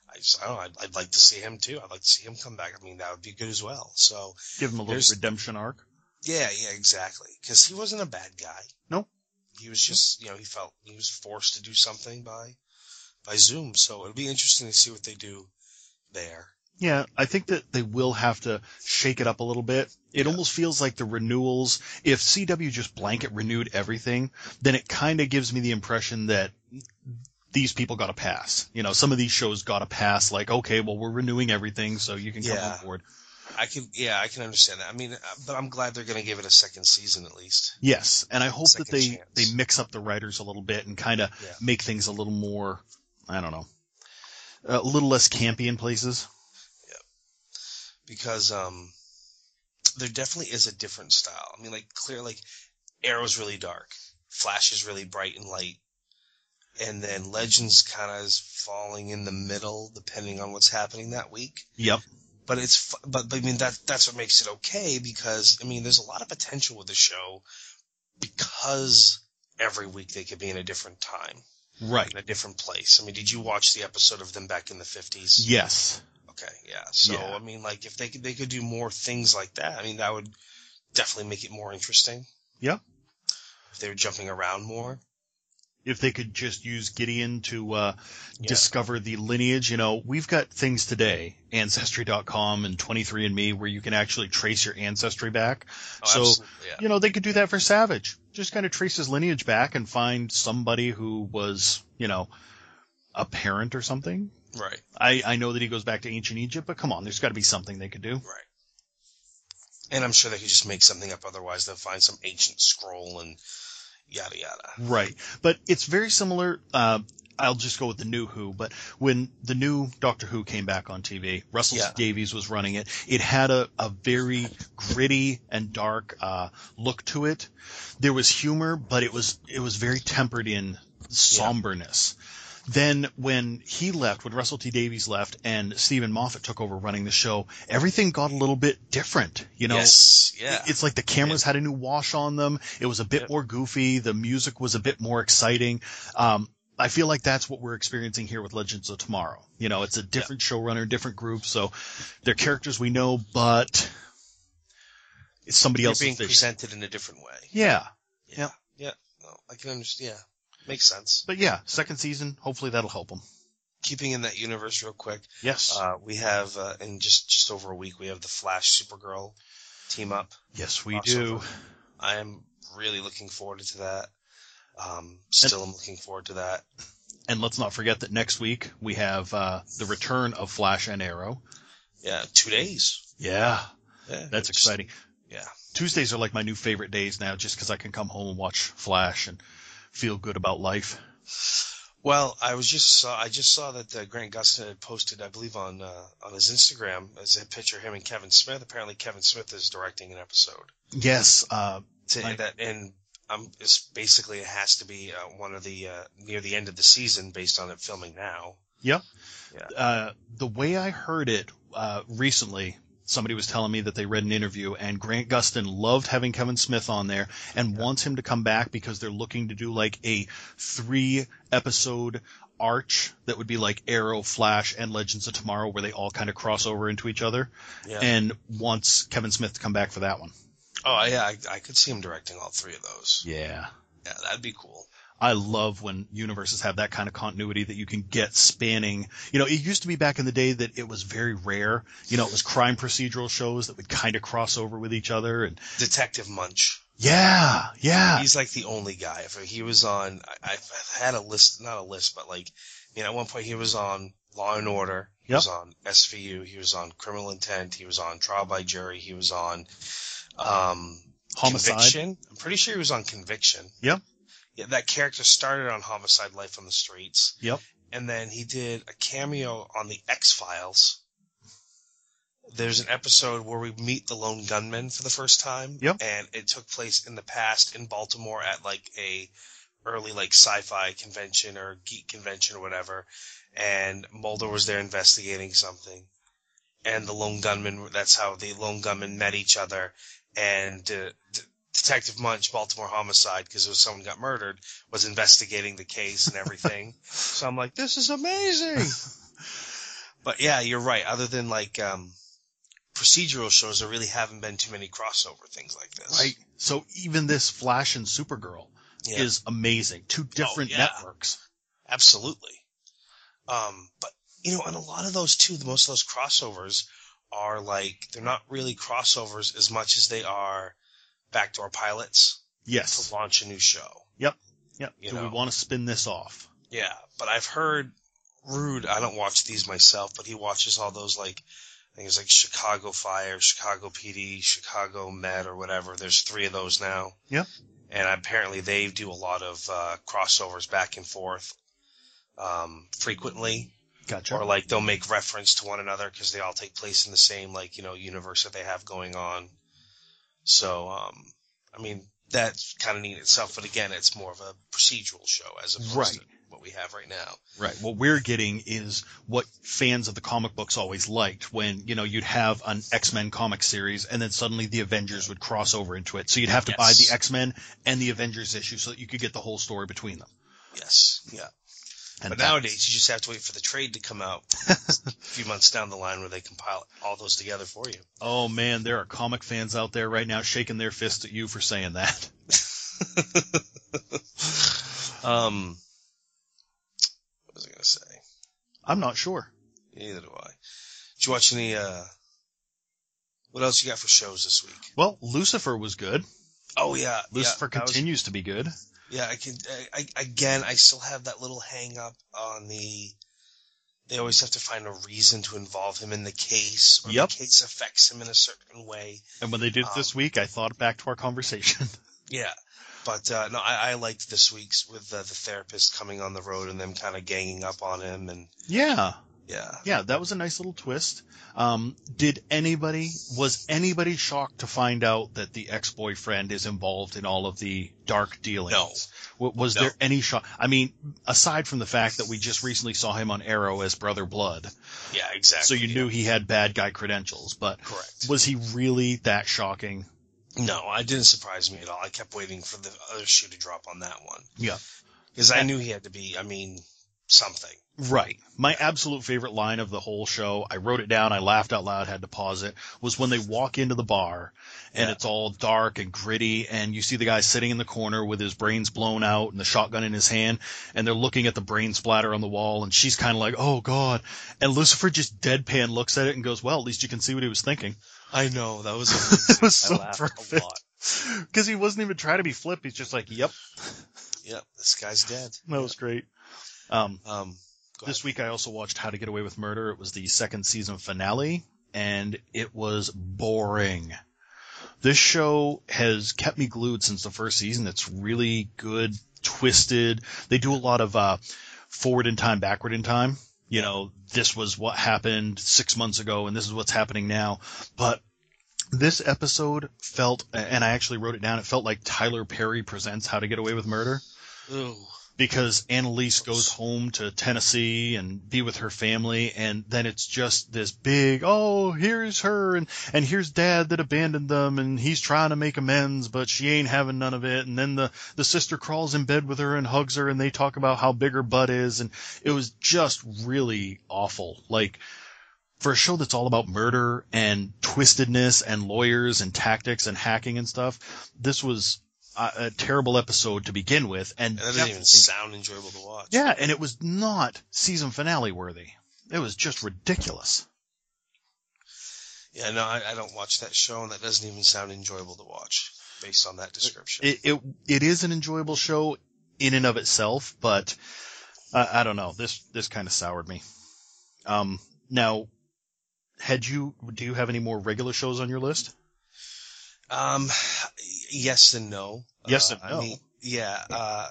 I, just, I don't know, I'd, I'd like to see him too. I'd like to see him come back. I mean, that would be good as well. So Give him a little There's- redemption arc. yeah, yeah, exactly. Because he wasn't a bad guy. No. He was just, you know, he felt he was forced to do something by, by Zoom. So it'll be interesting to see what they do there. Yeah, I think that they will have to shake it up a little bit. It almost feels like the renewals, if CW just blanket renewed everything, then it kind of gives me the impression that these people got a pass. You know, some of these shows got a pass, like, okay, well, we're renewing everything, so you can come Yeah. on board. I can, yeah, I can understand that. I mean, uh, but I'm glad they're going to give it a second season at least. Yes, and I hope that Second they, chance. they mix up the writers a little bit and kind of Yeah. make things a little more, I don't know, a little less campy in places. because um there definitely is a different style. I mean, like clear, like Arrow's really dark, Flash is really bright and light, and then Legends kind of is falling in the middle depending on what's happening that week. Yep. But it's fu- but, but I mean that that's what makes it okay because I mean there's a lot of potential with the show because every week they could be in a different time, Right. in a different place. I mean, did you watch the episode of them back in the fifties? Yes. Okay, yeah. So Yeah. I mean, like if they could, they could do more things like that. I mean, that would definitely make it more interesting. Yeah. If they were jumping around more. if they could just use Gideon to uh, Yeah. discover the lineage. You know, we've got things today, Ancestry.com and 23andMe, where you can actually trace your ancestry back. Oh, So- absolutely, yeah. You know, they could do that for Savage. Just kind of trace his lineage back and find somebody who was, you know, a parent or something. Right. I, I know that he goes back to ancient Egypt, but come on, there's got to be something they could do. Right. And I'm sure they could just make something up. Otherwise, they'll find some ancient scroll and yada yada. Right. But it's very similar. Uh, I'll just go with the new Who, but when the new Doctor Who came back on TV, Russell Yeah. Davies was running it. It had a, a very gritty and dark uh, look to it. There was humor, but it was it was very tempered in somberness. Then when he left, when Russell T Davies left and Stephen Moffat took over running the show, everything got a little bit different. You know, yes, yeah, it's like the cameras had a new wash on them. It was a bit Yep. more goofy. The music was a bit more exciting. Um, I feel like that's what we're experiencing here with Legends of Tomorrow. You know, it's a different showrunner, different group, so they're characters we know, but it's somebody you're else's being vision. presented in a different way. Yeah, No, I can understand. Yeah, makes sense. but yeah, second season. Hopefully that'll help them. Keeping in that universe real quick, Yes, uh, we have uh, in just just over a week we have the Flash Supergirl team up. yes, we crossover. do. I am really looking forward to that. Um, still, am looking forward to that. And let's not forget that next week we have uh, the return of Flash and Arrow. Yeah, two days. Yeah, Yeah, it's- that's exciting. Yeah, Tuesdays are like my new favorite days now just because I can come home and watch Flash and feel good about life. Well, I was just saw I just saw that uh, Grant Gustin had posted, I believe, on uh, on his Instagram as a picture of him and Kevin Smith. Apparently, Kevin Smith is directing an episode. Yes, uh, To, Right. That and um, it's basically it has to be uh, one of the uh, near the end of the season based on it filming now. uh, the way I heard it uh, recently, somebody was telling me that they read an interview and Grant Gustin loved having Kevin Smith on there and wants him to come back because they're looking to do like a three episode arch that would be like Arrow, Flash, and Legends of Tomorrow where they all kind of cross over into each other Yeah. and wants Kevin Smith to come back for that one. oh yeah, I, I could see him directing all three of those. Yeah. Yeah, that'd be cool. I love when universes have that kind of continuity that you can get spanning. You know, it used to be back in the day that it was very rare. You know, it was crime procedural shows that would kind of cross over with each other. And Detective Munch. yeah, yeah, he's like the only guy. If he was on, I, I've had a list, not a list, but like, I mean, at one point he was on Law and Order. He Yep. was on SVU. He was on Criminal Intent. He was on Trial by Jury. He was on, um, homicide. Conviction. I'm pretty sure he was on Conviction. Yep. Yeah, that character started on Homicide: Life on the Streets. Yep. And then he did a cameo on the X Files. There's an episode where we meet the lone gunman for the first time. Yep. And it took place in the past in Baltimore at like a early like sci-fi convention or geek convention or whatever. And Mulder was there investigating something. And the lone gunman, that's how the lone gunman met each other. And uh, D- Detective Munch, Baltimore homicide, because it was someone got murdered, was investigating the case and everything. so I'm like, this is amazing. but yeah, you're right. Other than like um, procedural shows, there really haven't been too many crossover things like this. Right. So even this Flash and Supergirl Yeah. Oh, is amazing. Two different yeah. networks. Absolutely. Um, but you know, and a lot of those too, the most of those crossovers are like they're not really crossovers as much as they are backdoor pilots Yes. to launch a new show. Yeah. You Do we know. want to spin this off? Yeah, but I've heard Rude. I don't watch these myself, but he watches all those like I think it's like Chicago Fire, Chicago PD, Chicago Med, or whatever. There's three of those now. Yep. And apparently they do a lot of uh, crossovers back and forth um, frequently. Gotcha. or like they'll make reference to one another because they all take place in the same like you know universe that they have going on. So, um, I mean that's kind of neat in itself, but again, it's more of a procedural show as opposed to Right. what we have right now. Right. What we're getting is what fans of the comic books always liked when, you know, you'd have an X-Men comic series and then suddenly the Avengers would cross over into it. So you'd have to buy Yes. the X-Men and the Avengers issue so that you could get the whole story between them. Yes, yeah. And but that- nowadays, you just have to wait for the trade to come out a few months down the line where they compile all those together for you. oh man, there are comic fans out there right now shaking their fists at you for saying that. <laughs> Um, what was I gonna say? I'm not sure. Neither do I. Did you watch any? uh What else you got for shows this week? Well, Lucifer was good. Oh yeah, Lucifer yeah, that was- continues to be good. yeah, I can. I, I, again, I still have that little hang up on the. They always have to find a reason to involve him in the case, or Yep. the case affects him in a certain way. And when they did it this Um, week, I thought back to our conversation. <laughs> Yeah, But uh, no, I, I liked this week's with uh, the therapist coming on the road and them kind of ganging up on him, and Yeah. yeah, Yeah, that was a nice little twist. Um, did anybody was anybody shocked to find out that the ex boyfriend is involved in all of the dark dealings? No. W- was No. there any shock? I mean, aside from the fact that we just recently saw him on Arrow as Brother Blood, yeah, exactly. so you knew he had bad guy credentials, but correct. was he really that shocking? No, I didn't surprise me at all. I kept waiting for the other shoe to drop on that one Yeah. because I knew he had to be. I mean, something. Right. My absolute favorite line of the whole show, I wrote it down, I laughed out loud, had to pause it, was when they walk into the bar and Yeah. it's all dark and gritty and you see the guy sitting in the corner with his brains blown out and the shotgun in his hand and they're looking at the brain splatter on the wall and she's kind of like, "Oh god." And Lucifer just deadpan looks at it and goes, "Well, at least you can see what he was thinking." I know <laughs> that was. Amazing. <laughs> It was so I laughed a perfect. lot. Cuz he wasn't even trying to be flip, he's just like, "Yep." Yep, this guy's dead. That was great. Um Um, go This week I also watched How to Get Away with Murder. It was the second season finale and it was boring. This show has kept me glued since the first season. It's really good, twisted. They do a lot of uh, forward in time, backward in time. You know, this was what happened six months ago and this is what's happening now. But this episode felt, and I actually wrote it down, it felt like Tyler Perry presents How to Get Away with Murder ahead. Ooh, because Annalise goes home to Tennessee and be with her family, and then it's just this big, oh, here's her, and, and here's dad that abandoned them, and he's trying to make amends, but she ain't having none of it. And then the, the sister crawls in bed with her and hugs her, and they talk about how big her butt is, and it was just really awful. Like, for a show that's all about murder and twistedness and lawyers and tactics and hacking and stuff, this was a, a terrible episode to begin with, and that doesn't even definitely- sound enjoyable to watch. yeah, and it was not season finale worthy. It was just ridiculous. yeah. No, I, I don't watch that show, and that doesn't even sound enjoyable to watch based on that description. It it, it is an enjoyable show in and of itself, but I, I don't know. This this kind of soured me. Um, now, had you do you have any more regular shows on your list? Um, yes and no. Yes Uh, and no. I mean, yeah. Uh,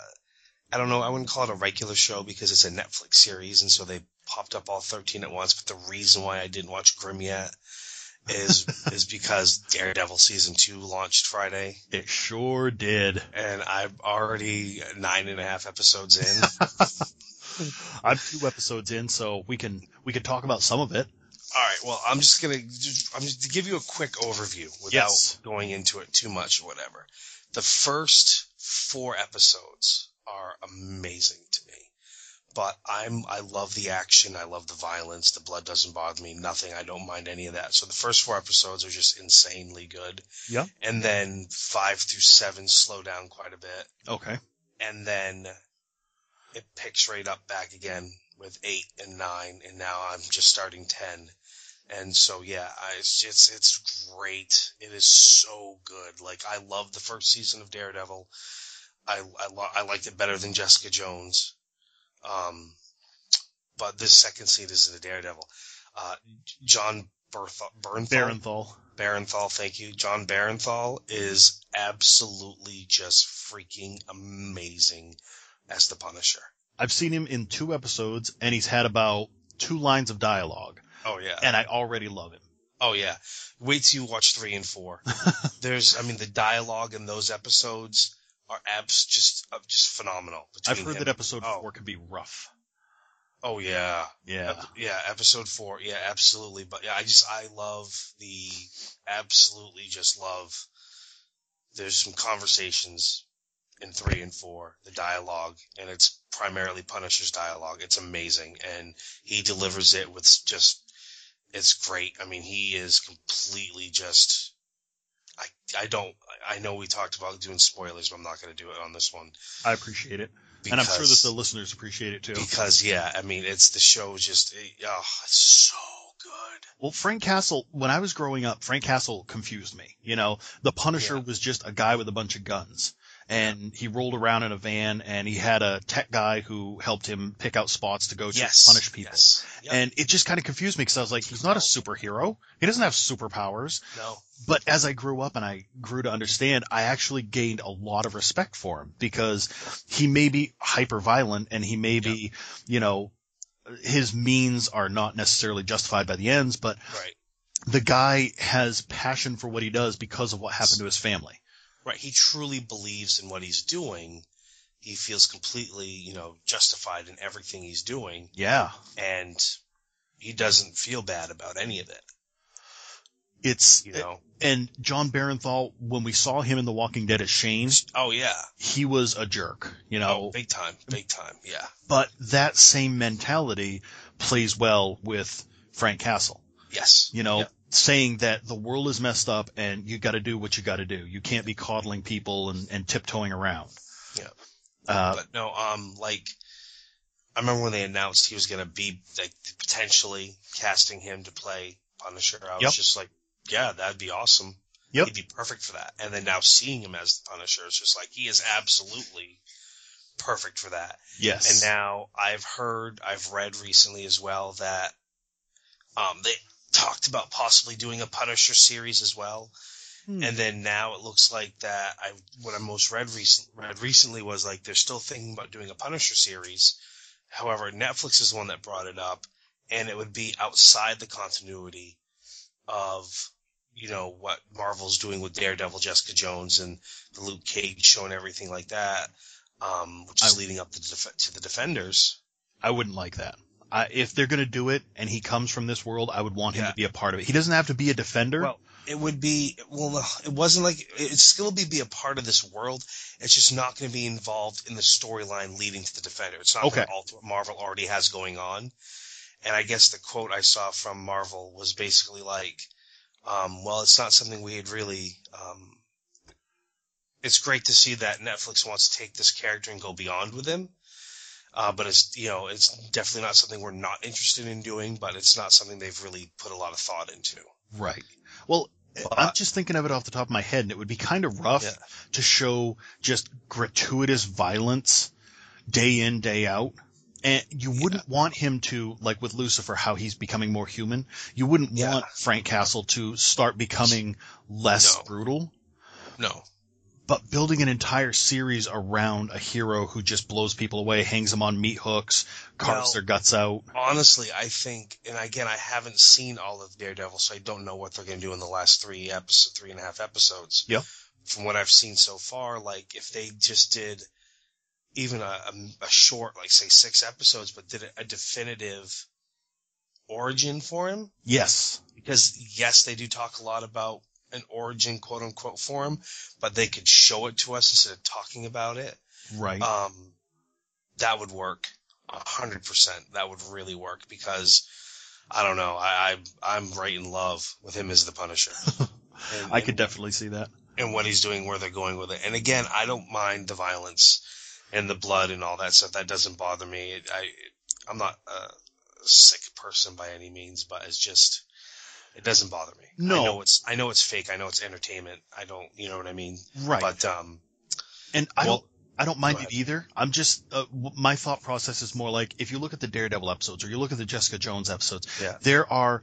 I don't know. I wouldn't call it a regular show because it's a Netflix series, and so they popped up all thirteen at once. But the reason why I didn't watch Grimm yet <laughs> is is because Daredevil season two launched Friday, It sure did. and I'm already nine and a half episodes <laughs> in. I'm two episodes in, so we can we can talk about some of it. All right. Well, I'm just gonna just, I'm just to give you a quick overview without Yes. going into it too much or whatever. The first four episodes are amazing to me, but I'm I love the action, I love the violence, the blood doesn't bother me, nothing. I don't mind any of that. So the first four episodes are just insanely good. Yeah. And then five through seven slow down quite a bit, Okay. and then it picks right up back again with eight and nine, and now I'm just starting ten. And so yeah, I, it's it's it's great. It is so good. Like I love the first season of Daredevil. I I, lo- I liked it better than Jessica Jones. Um, but this second season is the Daredevil. Uh, John Berth- Bernthal. Barenthal. Barenthal, thank you. John Barenthal is absolutely just freaking amazing as the Punisher. I've seen him in two episodes, and he's had about two lines of dialogue, Oh yeah. and I already love him. Oh yeah. Wait till you watch three and <laughs> four. There's, I mean, the dialogue in those episodes are abs just uh, just phenomenal. I've between heard him- that episode Oh. four can be rough. Oh yeah. Yeah. Ep- yeah, episode four. Yeah, absolutely. But yeah, I just I love the absolutely just love. There's some conversations in three and four, the dialogue, and it's primarily Punisher's dialogue. It's amazing, and he delivers it with just. It's great. I mean, he is completely just. I I don't. I know we talked about doing spoilers, but I'm not going to do it on this one. I appreciate it. and I'm sure that because- the listeners appreciate it too. because yeah, I mean, it's the show is just it, oh, it's so good. Well, Frank Castle, when I was growing up, Frank Castle confused me. You know, the Punisher Yeah. was just a guy with a bunch of guns. and he rolled around in a van and he had a tech guy who helped him pick out spots to go to Yes. punish people. Yes. Yep. And it just kind of confused me because I was like, he's not a superhero. He doesn't have superpowers. no. But as I grew up and I grew to understand, I actually gained a lot of respect for him because he may be hyper violent and he may be, you know, his means are not necessarily justified by the ends, but Right. the guy has passion for what he does because of what happened to his family. Right. He truly believes in what he's doing. He feels completely, you know, justified in everything he's doing, Yeah. and he doesn't feel bad about any of it. It's, You know. and John Barenthal, when we saw him in The Walking Dead as Shane, Oh yeah. he was a jerk, you know, Oh, big time. Big time. Yeah. but that same mentality plays well with Frank Castle, Yes. you know, Yeah. saying that the world is messed up and you got to do what you got to do. You can't be coddling people and, and tiptoeing around. Yeah. Uh, but no, um, like I remember when they announced he was gonna be like potentially casting him to play Punisher. I was Yep. just like, yeah, that'd be awesome. Yep. He'd be perfect for that. And then now seeing him as the Punisher is just like he is absolutely perfect for that. And yes. now I've heard, I've read recently as well that um, they talked about possibly doing a Punisher series as well. Hmm. And then now it looks like that. I what I most read recent read recently was like they're still thinking about doing a Punisher series. However, Netflix is the one that brought it up, and it would be outside the continuity of you know what Marvel's doing with Daredevil, Jessica Jones, and the Luke Cage show and everything like that, um, which is I- leading up to the, def- to the Defenders. I wouldn't like that. I, if they're going to do it and he comes from this world, I would want him Yeah. to be a part of it. He doesn't have to be a defender. Well, it would be well no, it wasn't like it'd still be, be a part of this world it's just not going to be involved in the storyline leading to the defender it's not going Okay. to alter what marvel already has going on and i guess the quote i saw from marvel was basically like um, well it's not something we had really um, it's great to see that netflix wants to take this character and go beyond with him uh, but it's you know it's definitely not something we're not interested in doing but it's not something they've really put a lot of thought into right. Well, I'm just thinking of it off the top of my head, and it would be kind of rough Yeah. to show just gratuitous violence day in, day out. And you wouldn't want him to, like with Lucifer, how he's becoming more human. You wouldn't Yeah. want Frank Castle to start becoming less No. brutal, no but building an entire series around a hero who just blows people away, hangs them on meat hooks, carves Well- their guts out. honestly, I think, and again, I haven't seen all of Daredevil, so I don't know what they're going to do in the last three episodes, three and a half episodes. Yeah. From what I've seen so far, like if they just did even a, a, a short, like say six episodes, but did a, a definitive origin for him, Yes. because yes, they do talk a lot about an origin, quote unquote, for him, but they could show it to us instead of talking about it. Right. Um, that would work. A hundred percent. That would really work because I don't know. I, I I'm right in love with him as the Punisher. And, <laughs> I could and, definitely see that. and what he's doing, where they're going with it. And again, I don't mind the violence and the blood and all that stuff. That doesn't bother me. It, I I'm not a sick person by any means, but it's just it doesn't bother me. No. I know it's I know it's fake. I know it's entertainment. I don't. You know what I mean? Right. But um, And I Well- don't, I don't mind Go it either. I'm just, uh, w- my thought process is more like if you look at the Daredevil episodes or you look at the Jessica Jones episodes, Yeah. there are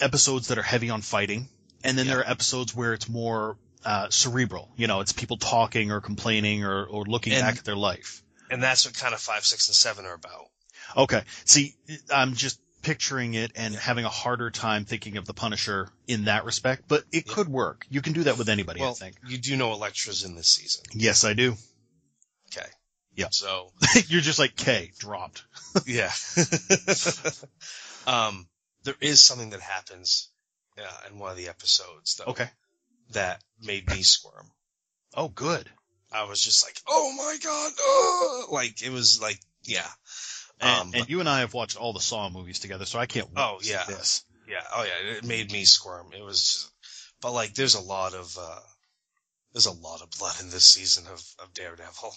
episodes that are heavy on fighting, and then Yeah. there are episodes where it's more uh, cerebral. You know, it's people talking or complaining or, or looking And- back at their life. and that's what kind of five, six, and seven are about. Okay. See, I'm just picturing it and having a harder time thinking of the Punisher in that respect, but it Yeah. could work. You can do that with anybody, I Well, think. you do know Electra's in this season, Yes, I do. <laughs> so You're just like, K, dropped. yeah. <laughs> um, there is something that happens uh, in one of the episodes though Okay. that made me squirm. Oh, good. I was just like, "Oh my god!" Oh! Like it was like, yeah, And, Um, and you and I have watched all the Saw movies together, so I can't. wait Oh, to see yeah. this. yeah, oh yeah. It made me squirm. It was, just, but like, there's a lot of uh, there's a lot of blood in this season of of Daredevil. <laughs>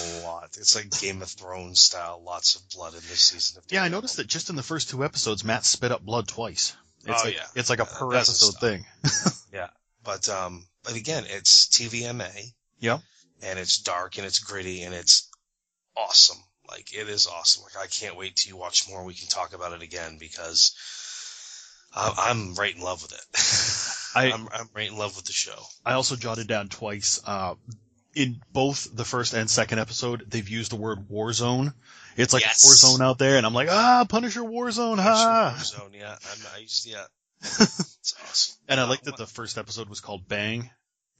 a lot. It's like Game of Thrones style. Lots of blood in this season of Yeah, Daredevil. I noticed that just in the first two episodes, Matt spit up blood twice. It's Oh, like, yeah. It's like a Yeah, per that's the episode stuff. thing. But um, but again, it's TVMA. Yeah. And it's dark and it's gritty and it's awesome. Like it is awesome. Like I can't wait till you watch more. We can talk about it again because I, I'm right in love with it. <laughs> I- I'm, I'm right in love with the <laughs> show. I also jotted down twice. Uh, in both the first and second episode, they've used the word war zone. It's like Yes. a war zone out there, and I'm like, ah, Punisher war zone, ha! Zone, yeah. I'm, I used <laughs> to, yeah. It's awesome. And I like that the first episode was called Bang,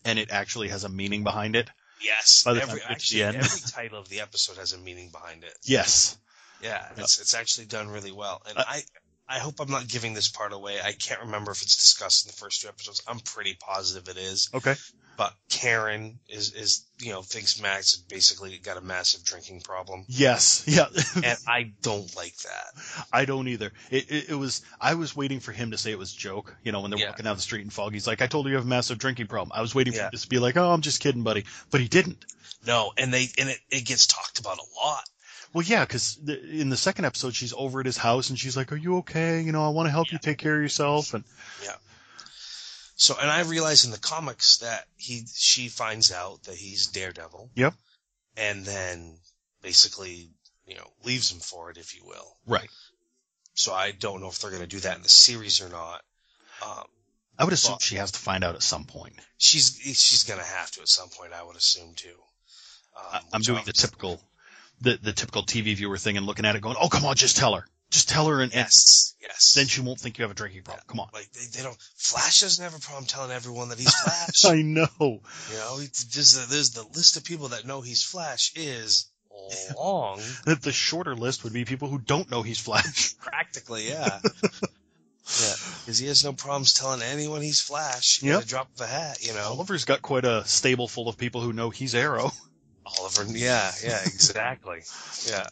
and it actually has a meaning behind it. Yes. By the time every, we get to actually, the end. every title of the episode has a meaning behind it. Yes. Yeah, it's it's actually done really well, and Uh, I I hope I'm not giving this part away. I can't remember if it's discussed in the first two episodes. I'm pretty positive it is, Okay. but Karen is is you know thinks Max has basically got a massive drinking <laughs> problem, Yes. Yeah. and I don't like that. I don't either. It, it, it was. I was waiting for him to say it was a joke. You know, when they're Yeah. walking down the street in fog, he's like, "I told you you have a massive drinking problem." I was waiting for Yeah. him to be like, "Oh, I'm just kidding, buddy," but he didn't. No, and they and it, it gets talked about a lot. Well, yeah, because in the second episode, she's over at his house and she's like, "Are you okay? You know, I want to help you take care of yourself." And So, and I realize in the comics that he she finds out that he's Daredevil. Yep. And then basically, you know, leaves him for it, if you will. right, So I don't know if they're going to do that in the series or not. Um, I would assume Well- she has to find out at some point. she's she's going to have to at some point, I would assume too. Um, I, I'm which doing the obviously- typical, the the typical TV viewer thing and looking at it, going, "Oh, come on, just tell her, just tell her," and and Yes, yes. then she won't think you have a drinking problem. Come on. like they, they don't. Flash doesn't have a problem telling everyone <laughs> that he's Flash. I know. <laughs> you know, it's just, there's the list of people that know he's Flash is <laughs> long. That the shorter list would be people who don't know he's Flash. Practically, <laughs> yeah. yeah. Because he has no problems telling anyone he's Flash Yeah, Yep. at the drop of a hat, you know? Oliver's got quite a stable full of people who know he's Arrow. Oliver. Yeah, yeah, exactly. yeah.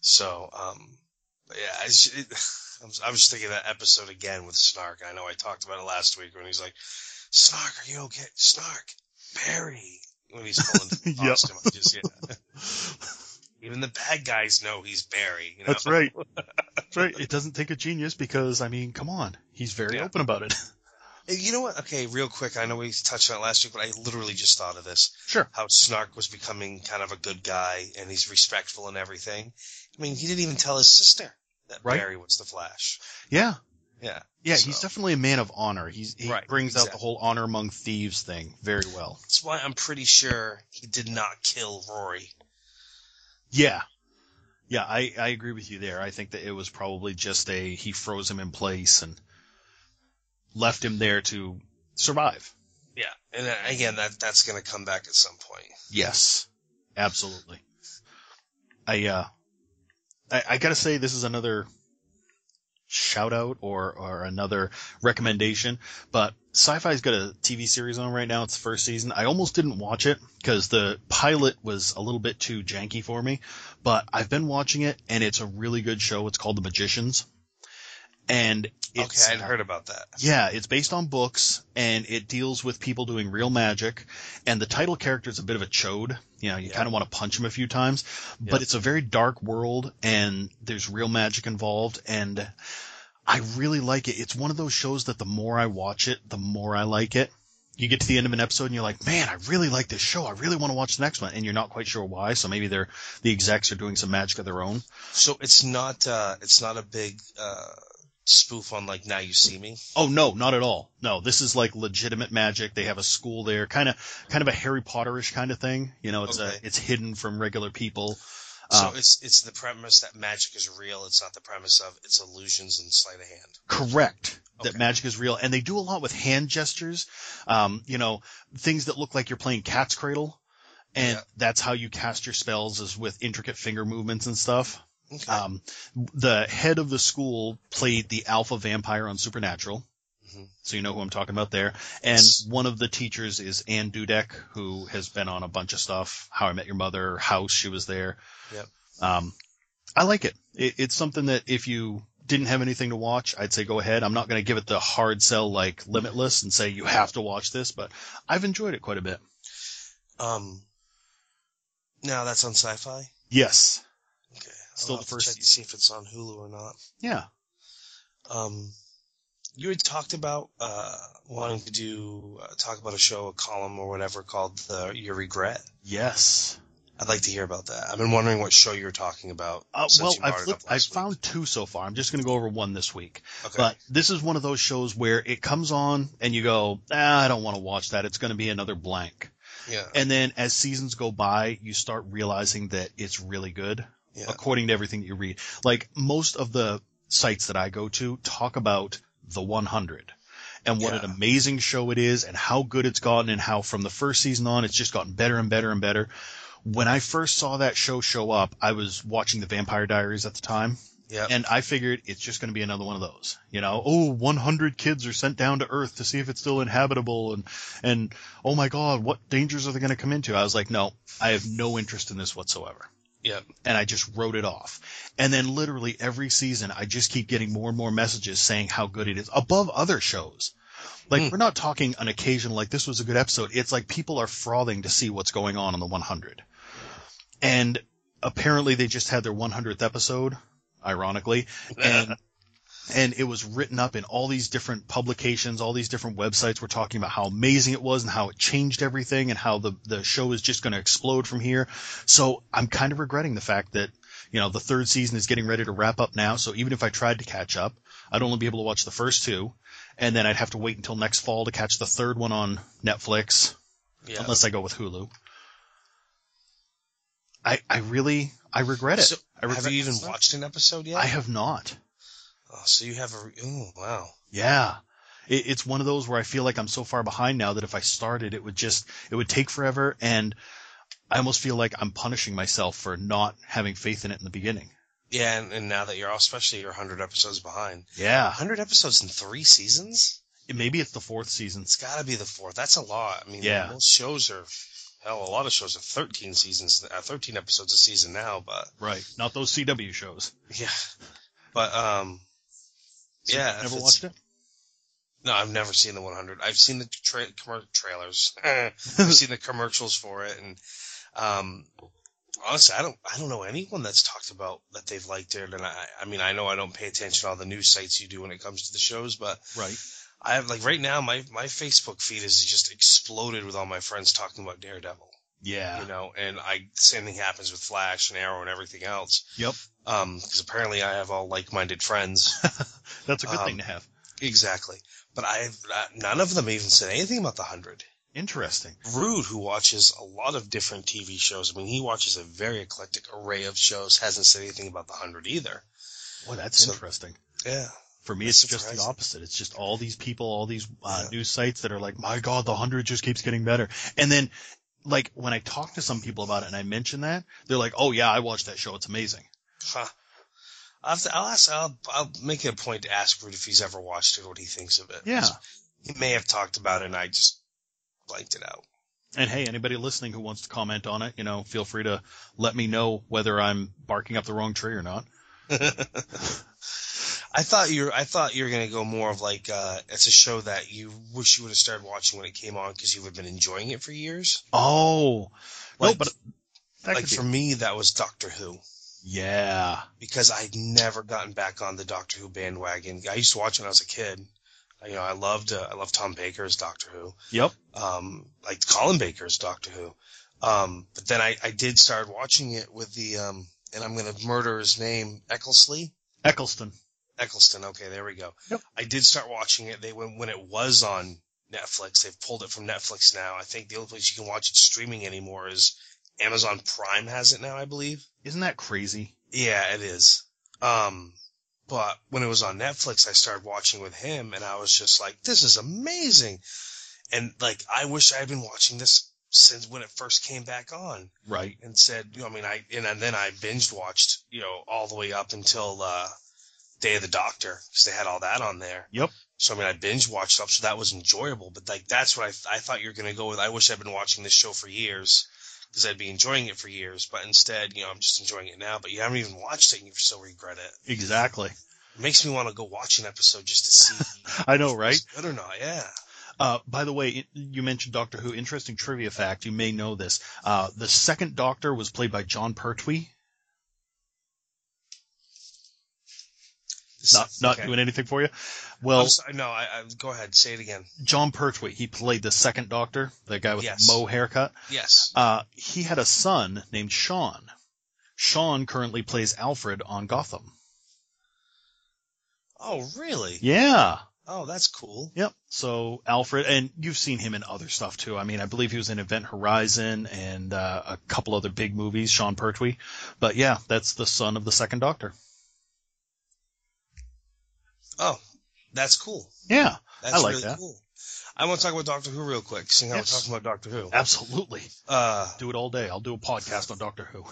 So, um, but yeah, I, sh- it, <sighs> I'm, I was thinking of that episode again with Snark. I know I talked about it last week when he's like, Snark, are you okay? Snark, Barry. When he's calling Yep. Austin, I just, yeah. <laughs> Even the bad guys know he's Barry. You know? <laughs> That's right. That's right. It doesn't take a genius because I mean, come on, he's very Yeah. open about it. <laughs> Hey, You know what? Okay, real quick. I know we touched on it last week, but I literally just thought of this. Sure. How Snark was becoming kind of a good guy and he's respectful and everything. I mean, he didn't even tell his sister that Right. Barry was the Flash. Yeah. Yeah. Yeah, So- he's definitely a man of honor. He's, he Right, brings out the exactly. whole honor among thieves thing very well. That's why I'm pretty sure he did not kill Rory. Yeah. Yeah, I, I agree with you there. I think that it was probably just a he froze him in place and left him there to survive. Yeah. And uh, again, that that's going to come back at some point. Yes. Absolutely. I uh I, I gotta say this is another shout out or or another recommendation, but Sci-Fi's got a TV series on right now. It's the first season. I almost didn't watch it because the pilot was a little bit too janky for me, but I've been watching it and it's a really good show. It's called The Magicians. And it's, okay, I'd heard about that. yeah, it's based on books and it deals with people doing real magic. And the title character is a bit of a chode. You know, you Yeah. kind of want to punch him a few times, but Yeah. it's a very dark world and there's real magic involved. And I really like it. It's one of those shows that the more I watch it, the more I like it. You get to the end of an episode and you're like, man, I really like this show. I really want to watch the next one. And you're not quite sure why. So maybe they're, the execs are doing some magic of their own. So it's not uh, it's not a big uh, spoof on like Now You See Me. Oh no, not at all. No, this is like legitimate magic. They have a school there, kind of, kind of a Harry Potterish kind of thing. You know, it's Okay. a, it's hidden from regular people. So Uh, it's it's the premise that magic is real. It's not the premise of it's illusions and sleight of hand. correct that Okay. magic is real, and they do a lot with hand gestures. Um, you know, things that look like you're playing cat's cradle, and Yeah. that's how you cast your spells is with intricate finger movements and stuff. Okay. Um, the head of the school played the alpha vampire on Supernatural. Mhm. So you know who I'm talking about there. And Yes. one of the teachers is Ann Dudek, who has been on a bunch of stuff. How I Met Your Mother, House, she was there. Yep. Um, I like it. it. It's something that if you didn't have anything to watch, I'd say go ahead. I'm not going to give it the hard sell like Limitless and say you have to watch this, but I've enjoyed it quite a bit. Um, now that's on Sci-Fi. Yes. Okay, I'll Still have the to first check to see if it's on Hulu or not. Yeah. Um, you had talked about uh, wanting to do uh, talk about a show, a column, or whatever called the Your Regret. Yes. I'd like to hear about that. I've been wondering what show you're talking about. Uh, since well, you brought I've, it looked, up I've last found two so far. I'm just going to go over one this week. week. Okay. But this is one of those shows where it comes on and you go, ah, I don't want to watch that. It's going to be another blank. yeah. And then as seasons go by, you start realizing that it's really good Yeah. according to everything that you read. Like most of the sites that I go to talk about the 100 and what Yeah. an amazing show it is and how good it's gotten and how from the first season on it's just gotten better and better and better. When I first saw that show show up, I was watching the Vampire Diaries at the time Yeah. and I figured it's just going to be another one of those. You know, oh, 100 kids are sent down to Earth to see if it's still inhabitable, and and oh my God, what dangers are they going to come into? I was like, no, I have no interest in this whatsoever, yeah. and I just wrote it off. And then literally every season, I just keep getting more and more messages saying how good it is above other shows. Like Hmm. we're not talking an occasion like this was a good episode. It's like people are frothing to see what's going on on the 100, and apparently they just had their 100th episode. Ironically, <laughs> and and it was written up in all these different publications, all these different websites were talking about how amazing it was and how it changed everything and how the the show is just going to explode from here. So I'm kind of regretting the fact that you know the third season is getting ready to wrap up now. So even if I tried to catch up, I'd only be able to watch the first two, and then I'd have to wait until next fall to catch the third one on Netflix yeah. unless I go with Hulu. I I really I regret it. So, I regret have you even this one. watched an episode yet? I have not. oh, so you have a. Re- oh wow. Yeah. It, it's one of those where I feel like I'm so far behind now that if I started, it would just, it would take forever. And I almost feel like I'm punishing myself for not having faith in it in the beginning. Yeah, and, and now that you're especially you're 100 episodes behind. Yeah. 100 episodes in three seasons? Maybe it's the fourth season. It's got to be the fourth. That's a lot. I mean, Yeah. most shows are. Hell, a lot of shows are 13 seasons, uh, 13 episodes a season now, but Right. Not those CW shows. yeah, but um, So yeah, you've if Never it's- watched it? No, I've never seen the 100. I've seen the tra- commer- trailers. <laughs> I've seen the commercials for it, and um, honestly, I don't, I don't know anyone that's talked about that they've liked it. And I, I mean, I know I don't pay attention to all the news sites you do when it comes to the shows, but Right. I have like right now my my Facebook feed is just exploded with all my friends talking about Daredevil, Yeah. you know, and I same thing happens with Flash and Arrow and everything else. Yep. Um, because apparently I have all like-minded <laughs> friends. That's a good Um, thing to have. Exactly. But I've uh, none of them even said anything about the hundred. Interesting. Rude, who watches a lot of different TV shows, I mean, he watches a very eclectic array of shows, hasn't said anything about the hundred either. Boy, that's So- interesting. Yeah. For me, That's it's just the surprising. opposite. It's just all these people, all these uh, Yeah. news sites that are like, my God, the 100 just keeps getting better. And then, like, when I talk to some people about it and I mention that, they're like, oh, yeah, I watched that show. It's amazing. Huh. I'll, have to, I'll ask. I'll, I'll make it a point to ask Rude if he's ever watched it, what he thinks of it. Yeah. He may have talked about it, and I just blanked it out. <laughs> And hey, anybody listening who wants to comment on it, you know, feel free to let me know whether I'm barking up the wrong tree or not. I thought you were, I thought you were gonna go more of like uh, it's a show that you wish you would have started watching when it came on because you would have been enjoying it for years. Oh, no, Like- but that like could be- for me, that was Doctor Who yeah, because I'd never gotten back on the Doctor Who bandwagon. I used to watch when I was a kid. You know, I loved uh, I loved Tom Baker's Doctor Who. yep, um, like Colin Baker's Doctor Who. Um, but then I, I did start watching it with the, um, and I'm going to murder his name, Ecclesley? Eccleston. Eccleston. Okay, there we go. Yep. I did start watching it. They when, when it was on Netflix, they've pulled it from Netflix now. I think the only place you can watch it streaming anymore is Amazon Prime has it now, I believe. Isn't that crazy? Yeah, it is. Um, but when it was on Netflix, I started watching with him, and I was just like, "This is amazing!" And like, I wish I had been watching this since when it first came back on. Right. And said, you know, I mean, I and, then I binge watched, you know, all the way up until uh, Day of the Doctor because they had all that on there. Yep. So I mean, I binge watched up, so that was enjoyable. But like, that's what I, I thought you were gonna go with. I wish I'd been watching this show for years because I'd be enjoying it for years. But instead, you know, I'm just enjoying it now. But you haven't even watched it, and you still regret it. Exactly. It makes me want to go watch an episode just to see. <laughs> I know, right? if it's Good or not? Yeah. Uh, by the way, you mentioned Doctor Who. Interesting trivia fact. You may know this. Uh, the second Doctor was played by John Pertwee. not not Okay. doing anything for you. I'm Well, sorry, no, I, I, go ahead, say it again. John Pertwee, he played the second Doctor, the guy with Yes. the mo haircut. Yes. Uh, he had a son named Sean. Sean currently plays Alfred on Gotham. Oh, really? Yeah. Oh, that's cool. Yep. So Alfred, and you've seen him in other stuff too. I mean, I believe he was in Event Horizon and uh, a couple other big movies. Sean Pertwee, but yeah, that's the son of the second Doctor. Oh, that's cool. Yeah, That's I like really that. cool. I want to talk about Doctor Who real quick, seeing how Yes. we're talking about Doctor Who. absolutely. Uh, Do it all day. I'll do a podcast on Doctor Who.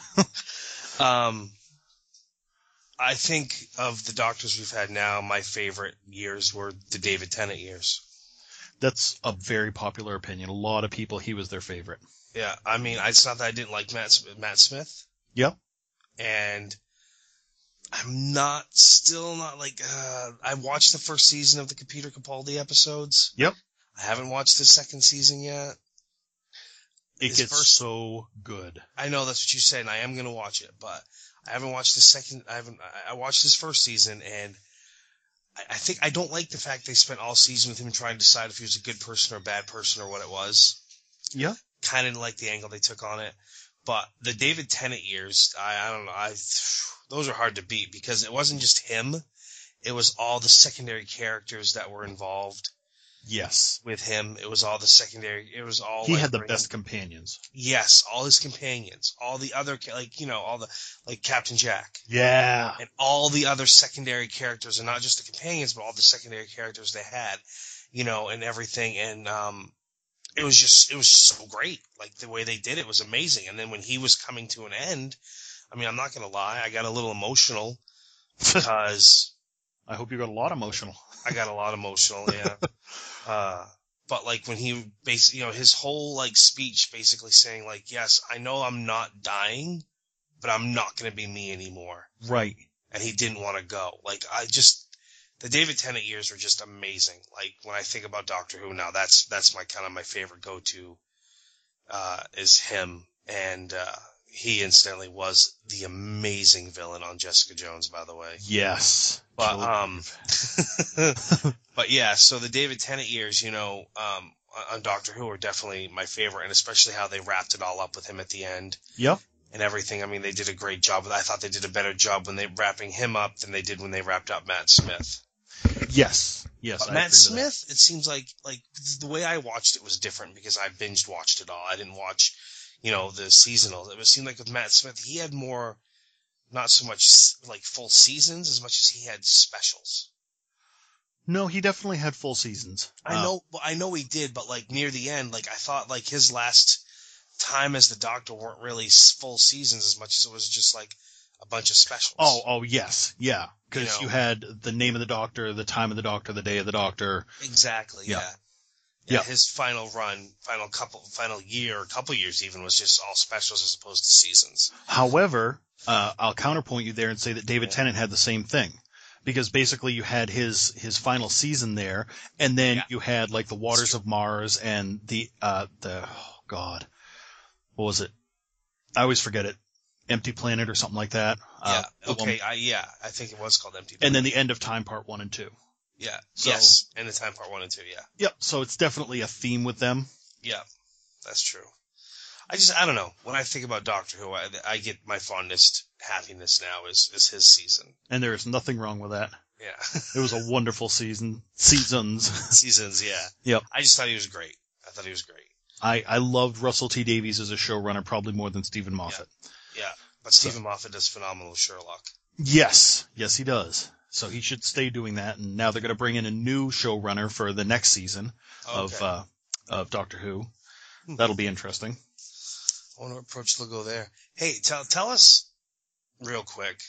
um, I think of the Doctors we've had now, my favorite years were the David Tennant years. That's a very popular opinion. A lot of people, he was their favorite. Yeah, I mean, it's not that I didn't like Matt Sm- Matt Smith. Yeah. And I'm not still not like uh, I watched the first season of the Peter Capaldi episodes. Yep. I haven't watched the second season yet. It His gets first- so good. I know that's what you said, and I am gonna watch it, but I haven't watched the second. I haven't. I- I watched his first season, and I, I think I don't like the fact they spent all season with him trying to decide if he was a good person or a bad person or what it was. Yeah. kind of like the angle they took on it. But the David Tennant years, I, I don't know. I those are hard to beat because it wasn't just him; it was all the secondary characters that were involved Yes. with him. It was all the secondary. It was all He like, had the bringing- best companions. Yes, all his companions, all the other ca- like you know all the like Captain Jack Yeah. and all the other secondary characters, and not just the companions, but all the secondary characters they had, you know, and everything. And um, it was just it was so great. Like the way they did it was amazing. And then when he was coming to an end, I mean, I'm not gonna lie, I got a little emotional <laughs> because I hope you got a lot emotional. I got a lot emotional. Yeah. uh, but like when he basically, you know, his whole like speech basically saying like, yes, I know I'm not dying, but I'm not going to be me anymore. Right. And he didn't want to go. Like I just, the David Tennant years were just amazing. Like when I think about Doctor Who now, that's, that's my kind of my favorite go-to, uh, is him. And, uh, he incidentally was the amazing villain on Jessica Jones, by the way. Yes. But Kill- um, <laughs> but yeah. So the David Tennant years, you know, um, on- on Doctor Who are definitely my favorite, and especially how they wrapped it all up with him at the end Yep. and everything. I mean, they did a great job. with I thought they did a better job when they wrapping him up than they did when they wrapped up Matt Smith. Yes. Yes. But I Matt agree with Smith, it seems like like the way I watched it was different because I binged watched it all. I didn't watch, you know, the seasonals. It was seemed like with Matt Smith, he had more, not so much s- like full seasons as much as he had specials. that. No, he definitely had full seasons. I Uh, know, well, I know he did, but like near the end, like I thought, like his last time as the Doctor weren't really s- full seasons as much as it was just like a bunch of specials. Oh, oh, yes. Yeah. Because You know. you had the name of the doctor, the time of the doctor, the day of the doctor. exactly. Yeah. Yeah. yeah. Yeah. His final run, final couple, final year, or couple years even was just all specials as opposed to seasons. However, uh, I'll counterpoint you there and say that David Tennant had the same thing, because basically you had his his final season there, and then Yeah. you had like the Waters of Mars and the uh the oh god, what was it? I always forget it. Empty Planet or something like that. Uh, yeah. the one- Okay. I, yeah. I think it was called Empty. and Planet. then the End of Time Part One and Two. yeah. so- yes. And the time part one and two. Yeah. Yep. So it's definitely a theme with them. Yeah, that's true. I just I don't know. When I think about Doctor Who, I, I get my fondest happiness now is is his season. And there is nothing wrong with that. Yeah, <laughs> It was a wonderful season. Seasons. <laughs> seasons. Yeah. Yep. I just thought he was great. I thought he was great. I, I loved Russell T Davies as a showrunner probably more than Stephen Moffat. Yeah, but Stephen Moffat does phenomenal Sherlock. Yes, yes, he does. So he should stay doing that. And now they're going to bring in a new showrunner for the next season of uh, of Doctor Who. Hmm. That'll be interesting. I want to approach They'll go there. Hey, tell tell us real quick.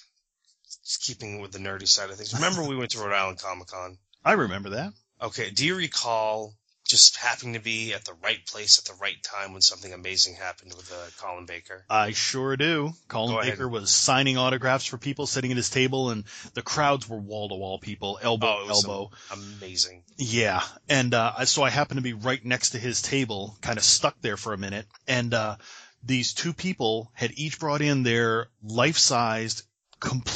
Just keeping with the nerdy side <laughs> of things. Remember we went to Rhode Island Comic Con. I remember that. Okay, do you recall just happening to be at the right place at the right time when something amazing happened with uh, Colin Baker? I sure do. Colin Go ahead. Baker was signing autographs for people sitting at his table, and the crowds were wall to wall people, Oh, elbow it to was elbow. amazing. Yeah, and uh, I- so I happened to be right next to his table, kind of stuck there for a minute, and uh, these two people had each brought in their life-sized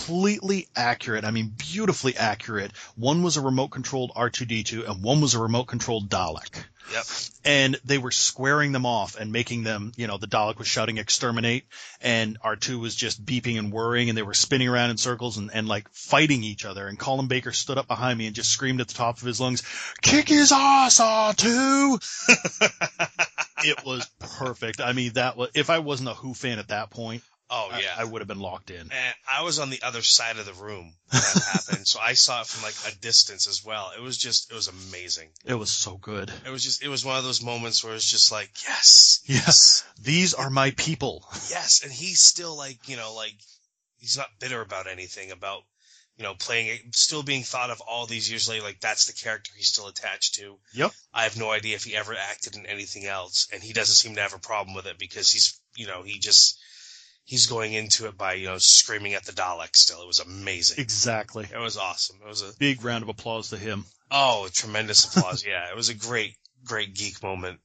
completely accurate. I mean, beautifully accurate. One was a remote controlled R2D2 and one was a remote controlled Dalek. Yep. And they were squaring them off and making them, you know, the Dalek was shouting exterminate and R2 was just beeping and whirring and they were spinning around in circles and, and like fighting each other. And Colin Baker stood up behind me and just screamed at the top of his lungs, kick his <laughs> ass, R2! it was perfect. I mean, that was, if I wasn't a Who fan at that point, Oh I- yeah. I would have been locked in. and I was on the other side of the room when <laughs> that happened, so I saw it from like a distance as well. It was just, it was amazing. It was so good. It was just, it was one of those moments where it's just like, yes, Yes, these are my people. <laughs> yes, and he's still like, you know, like he's not bitter about anything about, you know, playing it, still being thought of all these years later. Like that's the character he's still attached to. Yep. I have no idea if he ever acted in anything else, and he doesn't seem to have a problem with it because he's, you know, he just. He's going into it by, you know, screaming at the Dalek still. It was amazing. Exactly. It was awesome. It was a Big round of applause to him. Oh, tremendous applause. yeah, it was a great, great geek moment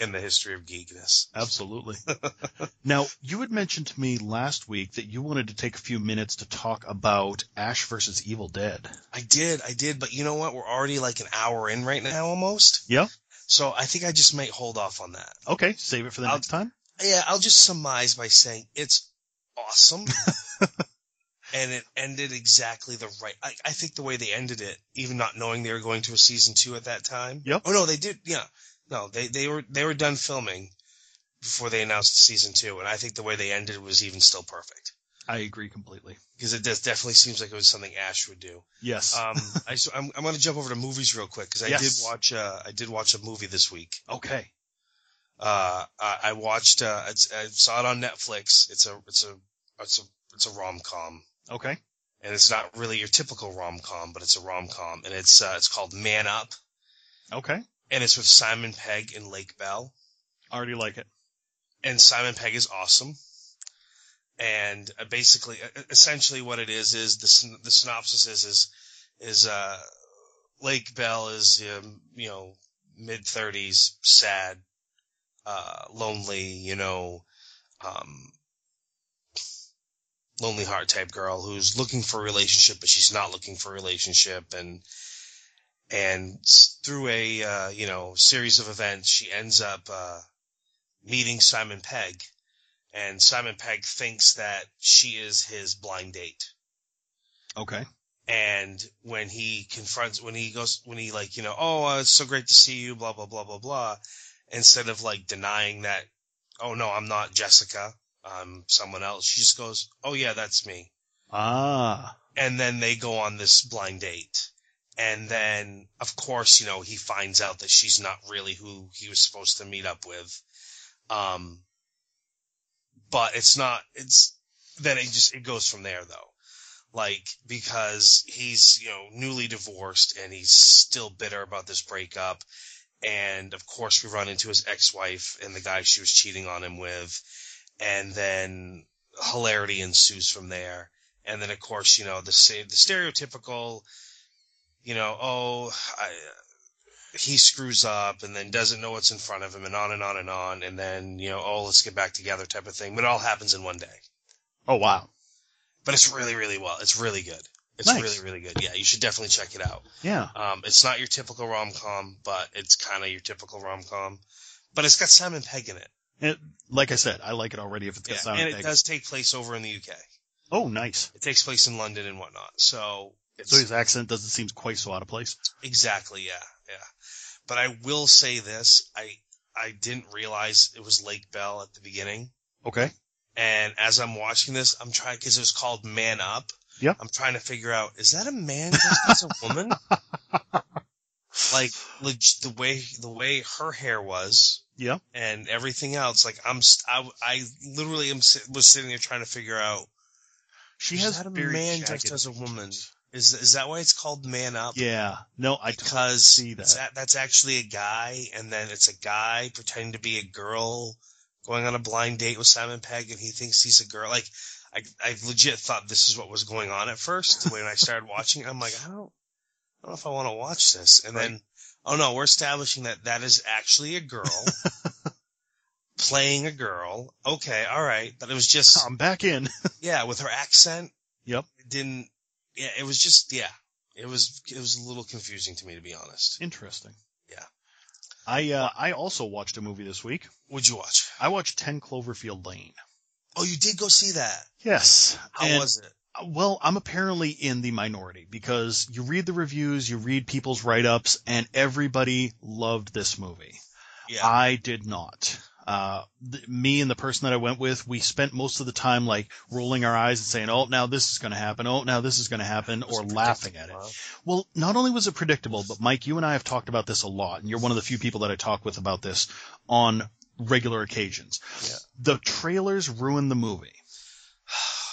in the history of geekness. <laughs> Absolutely. now, you had mentioned to me last week that you wanted to take a few minutes to talk about Ash versus Evil Dead. I did, I did, but you know what? We're already like an hour in right now almost. Yeah. So I think I just might hold off on that. Okay, save it for the I'll- next time. Yeah, I'll just surmise by saying it's <laughs> awesome. and it ended exactly the right. I, I think the way they ended it, even not knowing they were going to a season two at that time. Yep. Oh no, they did. Yeah. No, they they were they were done filming before they announced season two, and I think the way they ended was even still perfect I agree completely. because it does, definitely seems like it was something Ash would do. Yes. <laughs> Um, I just, I'm I'm going to jump over to movies real quick because I Yes. did watch uh, I did watch a movie this week. okay. Uh, I, I watched. Uh, I, I saw it on Netflix. It's a. It's a. It's a. It's a rom com, Okay. and it's not really your typical rom com, but it's a rom com, and it's uh, it's called Man Up, Okay. and it's with Simon Pegg and Lake Bell, Already like it. and Simon Pegg is awesome. And uh, basically, uh, essentially, what it is is the syn- the synopsis is is is uh, Lake Bell is um, you know mid thirties, sad, uh, lonely, you know, um, lonely heart type girl who's looking for a relationship, but she's not looking for a relationship, and and s- through a uh, you know series of events, she ends up uh, meeting Simon Pegg, and Simon Pegg thinks that she is his blind date Okay. and when he confronts when he goes when he like you know oh uh, it's so great to see you blah blah blah blah blah instead of like denying that oh no i'm not jessica i'm someone else she just goes oh yeah that's me Ah. and then they go on this blind date and then of course you know he finds out that she's not really who he was supposed to meet up with um but it's not it's then it just it goes from there though like because he's you know newly divorced and he's still bitter about this breakup and of course we run into his ex-wife and the guy she was cheating on him with and then hilarity ensues from there and then of course you know the sa- the stereotypical you know oh I, he screws up and then doesn't know what's in front of him and on and on and on and then you know oh let's get back together type of thing but it all happens in one day Oh wow. but it's really really well it's really good it's Nice. really really good yeah you should definitely check it out Yeah. um, it's not your typical rom-com but it's kind of your typical rom-com but it's got simon pegg in it Like I said, I like it already if it's got yeah. sound and it effects. does take place over in the uk Oh nice. it takes place in london and whatnot so it's So his accent doesn't seem quite so out of place. Exactly. Yeah. Yeah. But I will say this. I, I didn't realize it was Lake Bell at the beginning. Okay. And as I'm watching this, I'm trying, cause it was called Man Up. Yep. I'm trying to figure out, is that a man dressed as a <laughs> woman? like, leg- the way, the way her hair was. Yep. And everything else. Like, I'm, st- I, I literally am, sit- was sitting there trying to figure out, She is has that a very man jagged dressed as a woman? features. Is, is that why it's called Man Up? Yeah. No, <laughs> I totally because see that. it's a- that's actually a guy, and then it's a guy pretending to be a girl going on a blind date with Simon Pegg, and he thinks he's a girl. Like, I, I legit thought this is what was going on at first when I <laughs> started watching. it, I'm like, I don't, I don't know if I want to watch this. And then, oh no, we're establishing that that is actually a <laughs> girl playing a girl. Okay, all right, but it was just I'm back in. yeah, with her accent Yep. It didn't. Yeah, it was just yeah. It was it was a little confusing to me to be honest. Interesting. Yeah. I uh, I also watched a movie this week. What'd you watch? I watched Ten Cloverfield Lane. Oh, you did go see that. Yes. How And- was it? well, I'm apparently in the minority because you read the reviews, you read people's write ups, and everybody loved this movie. Yeah. I did not. Uh, th- me and the person that I went with, we spent most of the time like rolling our eyes and saying, "Oh, now this is going to happen. Oh, now this is going to happen," or laughing at it. Well, not only was it predictable, but Mike, you and I have talked about this a lot, and you're one of the few people that I talk with about this on regular occasions. Yeah. The trailers ruin the movie.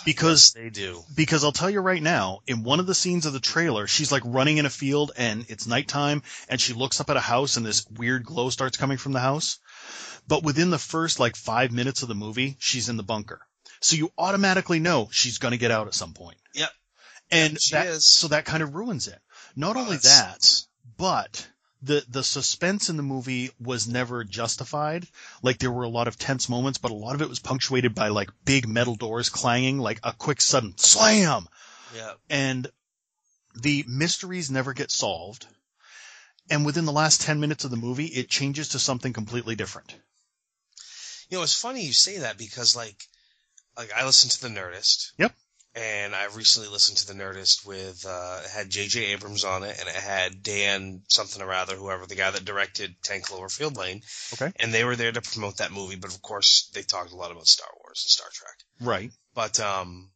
Because They do. because I'll tell you right now, in one of the scenes of the trailer, she's like running in a field and it's nighttime and she looks up at a house and this weird glow starts coming from the house. But within the first like five minutes of the movie, she's in the bunker. So you automatically know she's going to get out at some point. Yep. And She that, is. so that kind of ruins it. Not only that, but the the suspense in the movie was never justified. Like there were a lot of tense moments, but a lot of it was punctuated by like big metal doors clanging, like a quick sudden slam, Yeah. and the mysteries never get solved. And within the last 10 minutes of the movie, it changes to something completely different. You know, it's funny you say that because like like I listened to the Nerdist. Yep. And I recently listened to the Nerdist with uh it had JJ Abrams on it and it had Dan something or other, whoever, the guy that directed Ten Cloverfield Lane. Okay. And they were there to promote that movie, but of course they talked a lot about Star Wars and Star Trek. Right. But um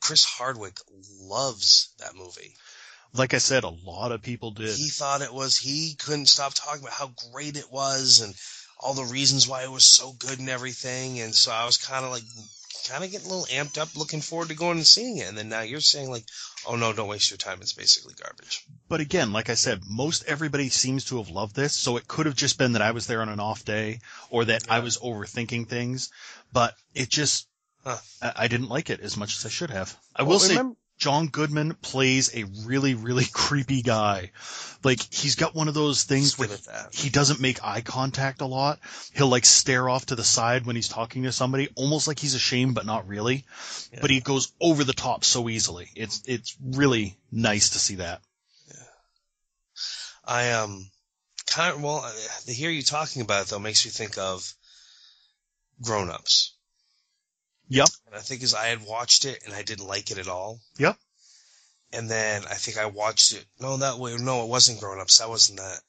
Chris Hardwick loves that movie. Like I said, a lot of people did. he thought it was he couldn't stop talking about how great it was and all the reasons why it was so good and everything and so i was kind of like kind of getting a little amped up looking forward to going and seeing it and then now you're saying like oh no don't waste your time it's basically garbage But again, like I said, most everybody seems to have loved this, so it could have just been that I was there on an off day or that I was overthinking things, but it just, Huh. I, I didn't like it as much as I should have. I Well, will say, remem- John Goodman plays a really, really <laughs> creepy guy. Like, he's got one of those things he's where good at that he doesn't make eye contact a lot. He'll like stare off to the side when he's talking to somebody, almost like he's ashamed, but not really. Yeah. But he goes over the top so easily. It's, it's really nice to see that. i um kind of well uh, to hear you talking about it though makes me think of grown-ups Yep. and I think is I had watched it and I didn't like it at all. Yep. And then I think I watched it. No, that way. No, it wasn't Grown Ups. That wasn't that.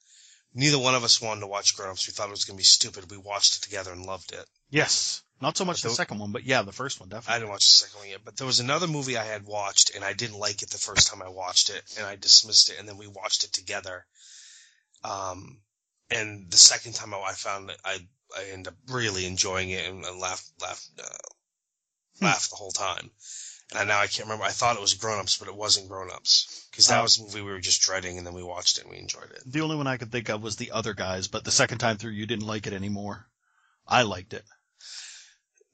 Neither one of us wanted to watch Grown Ups. We thought it was going to be stupid. We watched it together and loved it. Yes. Not so much But the the- second one, but yeah, the first one I definitely. didn't watch the second one yet, but there was another movie I had watched and I didn't like it the first time I watched it and I dismissed it and then we watched it together. Um, and the second time I, I found it, I, I ended up really enjoying it and, and laughed, laughed, uh, Hmm. laughed the whole time. And I, now I can't remember. I thought it was Grown Ups, but it wasn't Grown Ups because that Oh. was a movie we were just dreading and then we watched it and we enjoyed it. the only one I could think of was the other guys, but the second time through, you didn't like it anymore. I liked it.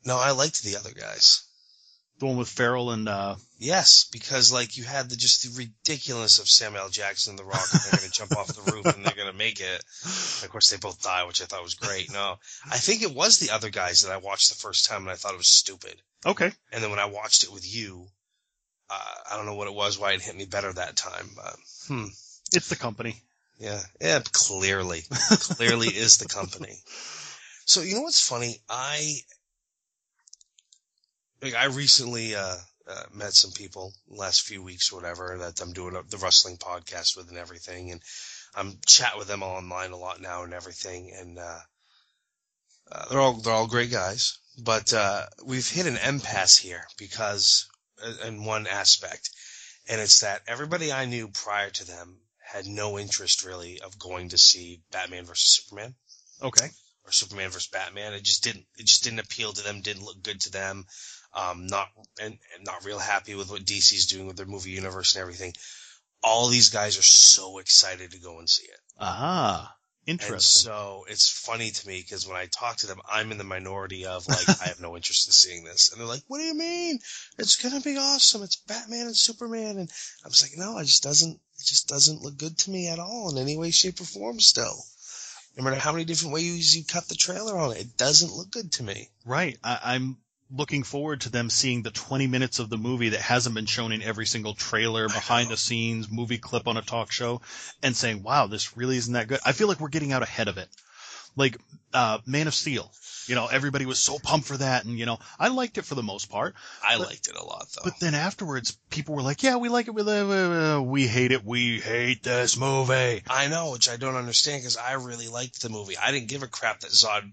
No, I liked the other guys. The one with Farrell and, uh, Yes, because like you had the just the ridiculous of Samuel L. Jackson and The Rock, and they're going to jump off the roof and they're going to make it. And of course, they both die, which I thought was great. No, I think it was the other guys that I watched the first time and I thought it was stupid. okay. And then when I watched it with you, uh, I don't know what it was, why it hit me better that time. But hmm, It's the company. yeah, yeah, clearly, clearly is the company. So you know what's funny? I like I recently uh, uh, met some people last few weeks or whatever that I'm doing the wrestling podcast with and everything, and I'm chat with them online a lot now and everything, and uh, uh, they're all they're all great guys, but uh, we've hit an impasse here because uh, in one aspect, and it's that everybody I knew prior to them had no interest really of going to see Batman versus Superman Okay. or Superman versus Batman. It just didn't it just didn't appeal to them. Didn't look good to them. Um, not and, and not real happy with what DC's doing with their movie universe and everything. All these guys are so excited to go and see it. Ah, And interesting. so it's funny to me because when I talk to them, I'm in the minority of like, I have no interest in seeing this. And they're like, what do you mean? It's going to be awesome. It's Batman and Superman. And I was like, no, it just doesn't, it just doesn't look good to me at all in any way, shape or form still. No matter how many different ways you cut the trailer on it, it doesn't look good to me. right. I, I'm looking forward to them seeing the 20 minutes of the movie that hasn't been shown in every single trailer, behind the scenes, movie clip on a talk show, and saying, wow, this really isn't that good. I feel like we're getting out ahead of it. Like, uh, Man of Steel, you know, everybody was so pumped for that. And, you know, I liked it for the most part. I But- liked it a lot though. But then afterwards, people were like, yeah, we like it. We, li- we hate it. We hate this movie. I know, which I don't understand because I really liked the movie. I didn't give a crap that Zod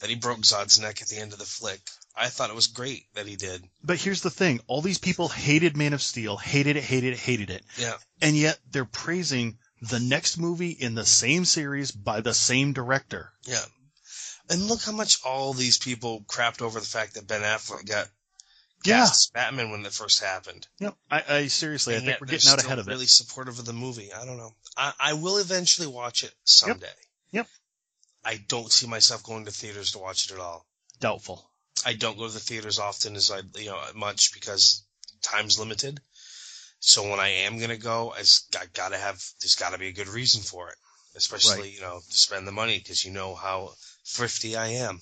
that he broke Zod's neck at the end of the flick. I thought it was great that he did. But here's the thing. All these people hated Man of Steel, hated it, hated it, hated it. Yeah, and yet they're praising the next movie in the same series by the same director. yeah. And look how much all these people crapped over the fact that Ben Affleck got cast as Batman when it first happened. Yeah. I, I seriously, I And think yet we're they're getting out still ahead of Really it. supportive of the movie. I don't know. I, I will eventually watch it someday. Yep. I don't see myself going to theaters to watch it at all. Doubtful. I don't go to the theaters often as I you know much because time's limited. So when I am gonna go, I s- I gotta have there's gotta be a good reason for it, especially you know to spend the money because you know how thrifty I am.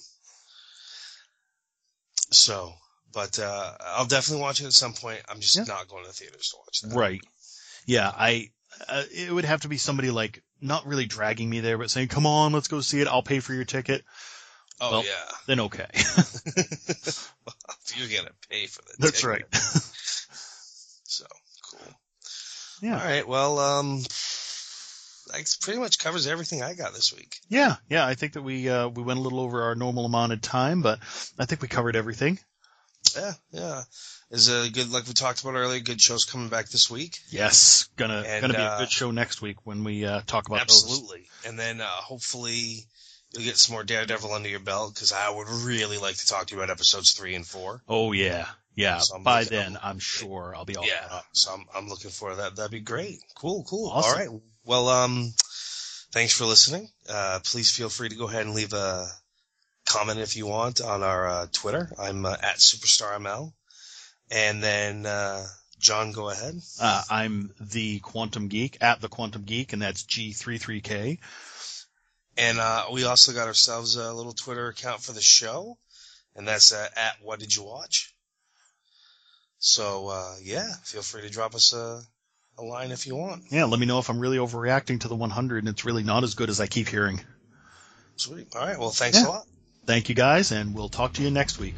So, but uh, I'll definitely watch it at some point. I'm just Yeah. not going to the theaters to watch that. Right. Yeah. I, uh, it would have to be somebody like not really dragging me there, but saying, come on, let's go see it. I'll pay for your ticket. Oh Well, yeah, <laughs> Then okay. <laughs> you're gonna pay for the. That's ticket. right. So cool. Yeah. All right. Well, um, that pretty much covers everything I got this week. Yeah. Yeah. I think that we, uh, we went a little over our normal amount of time, but I think we covered everything. Yeah, yeah. Is a good like we talked about earlier. Good shows coming back this week. Yes. Gonna, And, gonna be uh, a good show next week when we, uh, talk about those. Absolutely. And then uh, hopefully you'll get some more Daredevil under your belt because I would really like to talk to you about episodes three and four. Oh yeah, yeah. So I'm By looking then, up- I'm sure I'll be all caught yeah. up. Uh, So I'm I'm looking for that. That'd be great. Cool. Cool. Awesome. All right. Well, um, thanks for listening. Uh, please feel free to go ahead and leave a comment if you want on our uh, Twitter. I'm uh, at superstarml. And then uh, John, go ahead. Uh, I'm the Quantum Geek at the Quantum Geek, and that's G33K. And uh, we also got ourselves a little Twitter account for the show, and that's uh, at What Did You Watch. So uh, yeah, feel free to drop us a, a line if you want. Yeah, let me know if I'm really overreacting to the 100, and it's really not as good as I keep hearing. Sweet. All right. Well, thanks Yeah. a lot. Thank you guys, and we'll talk to you next week.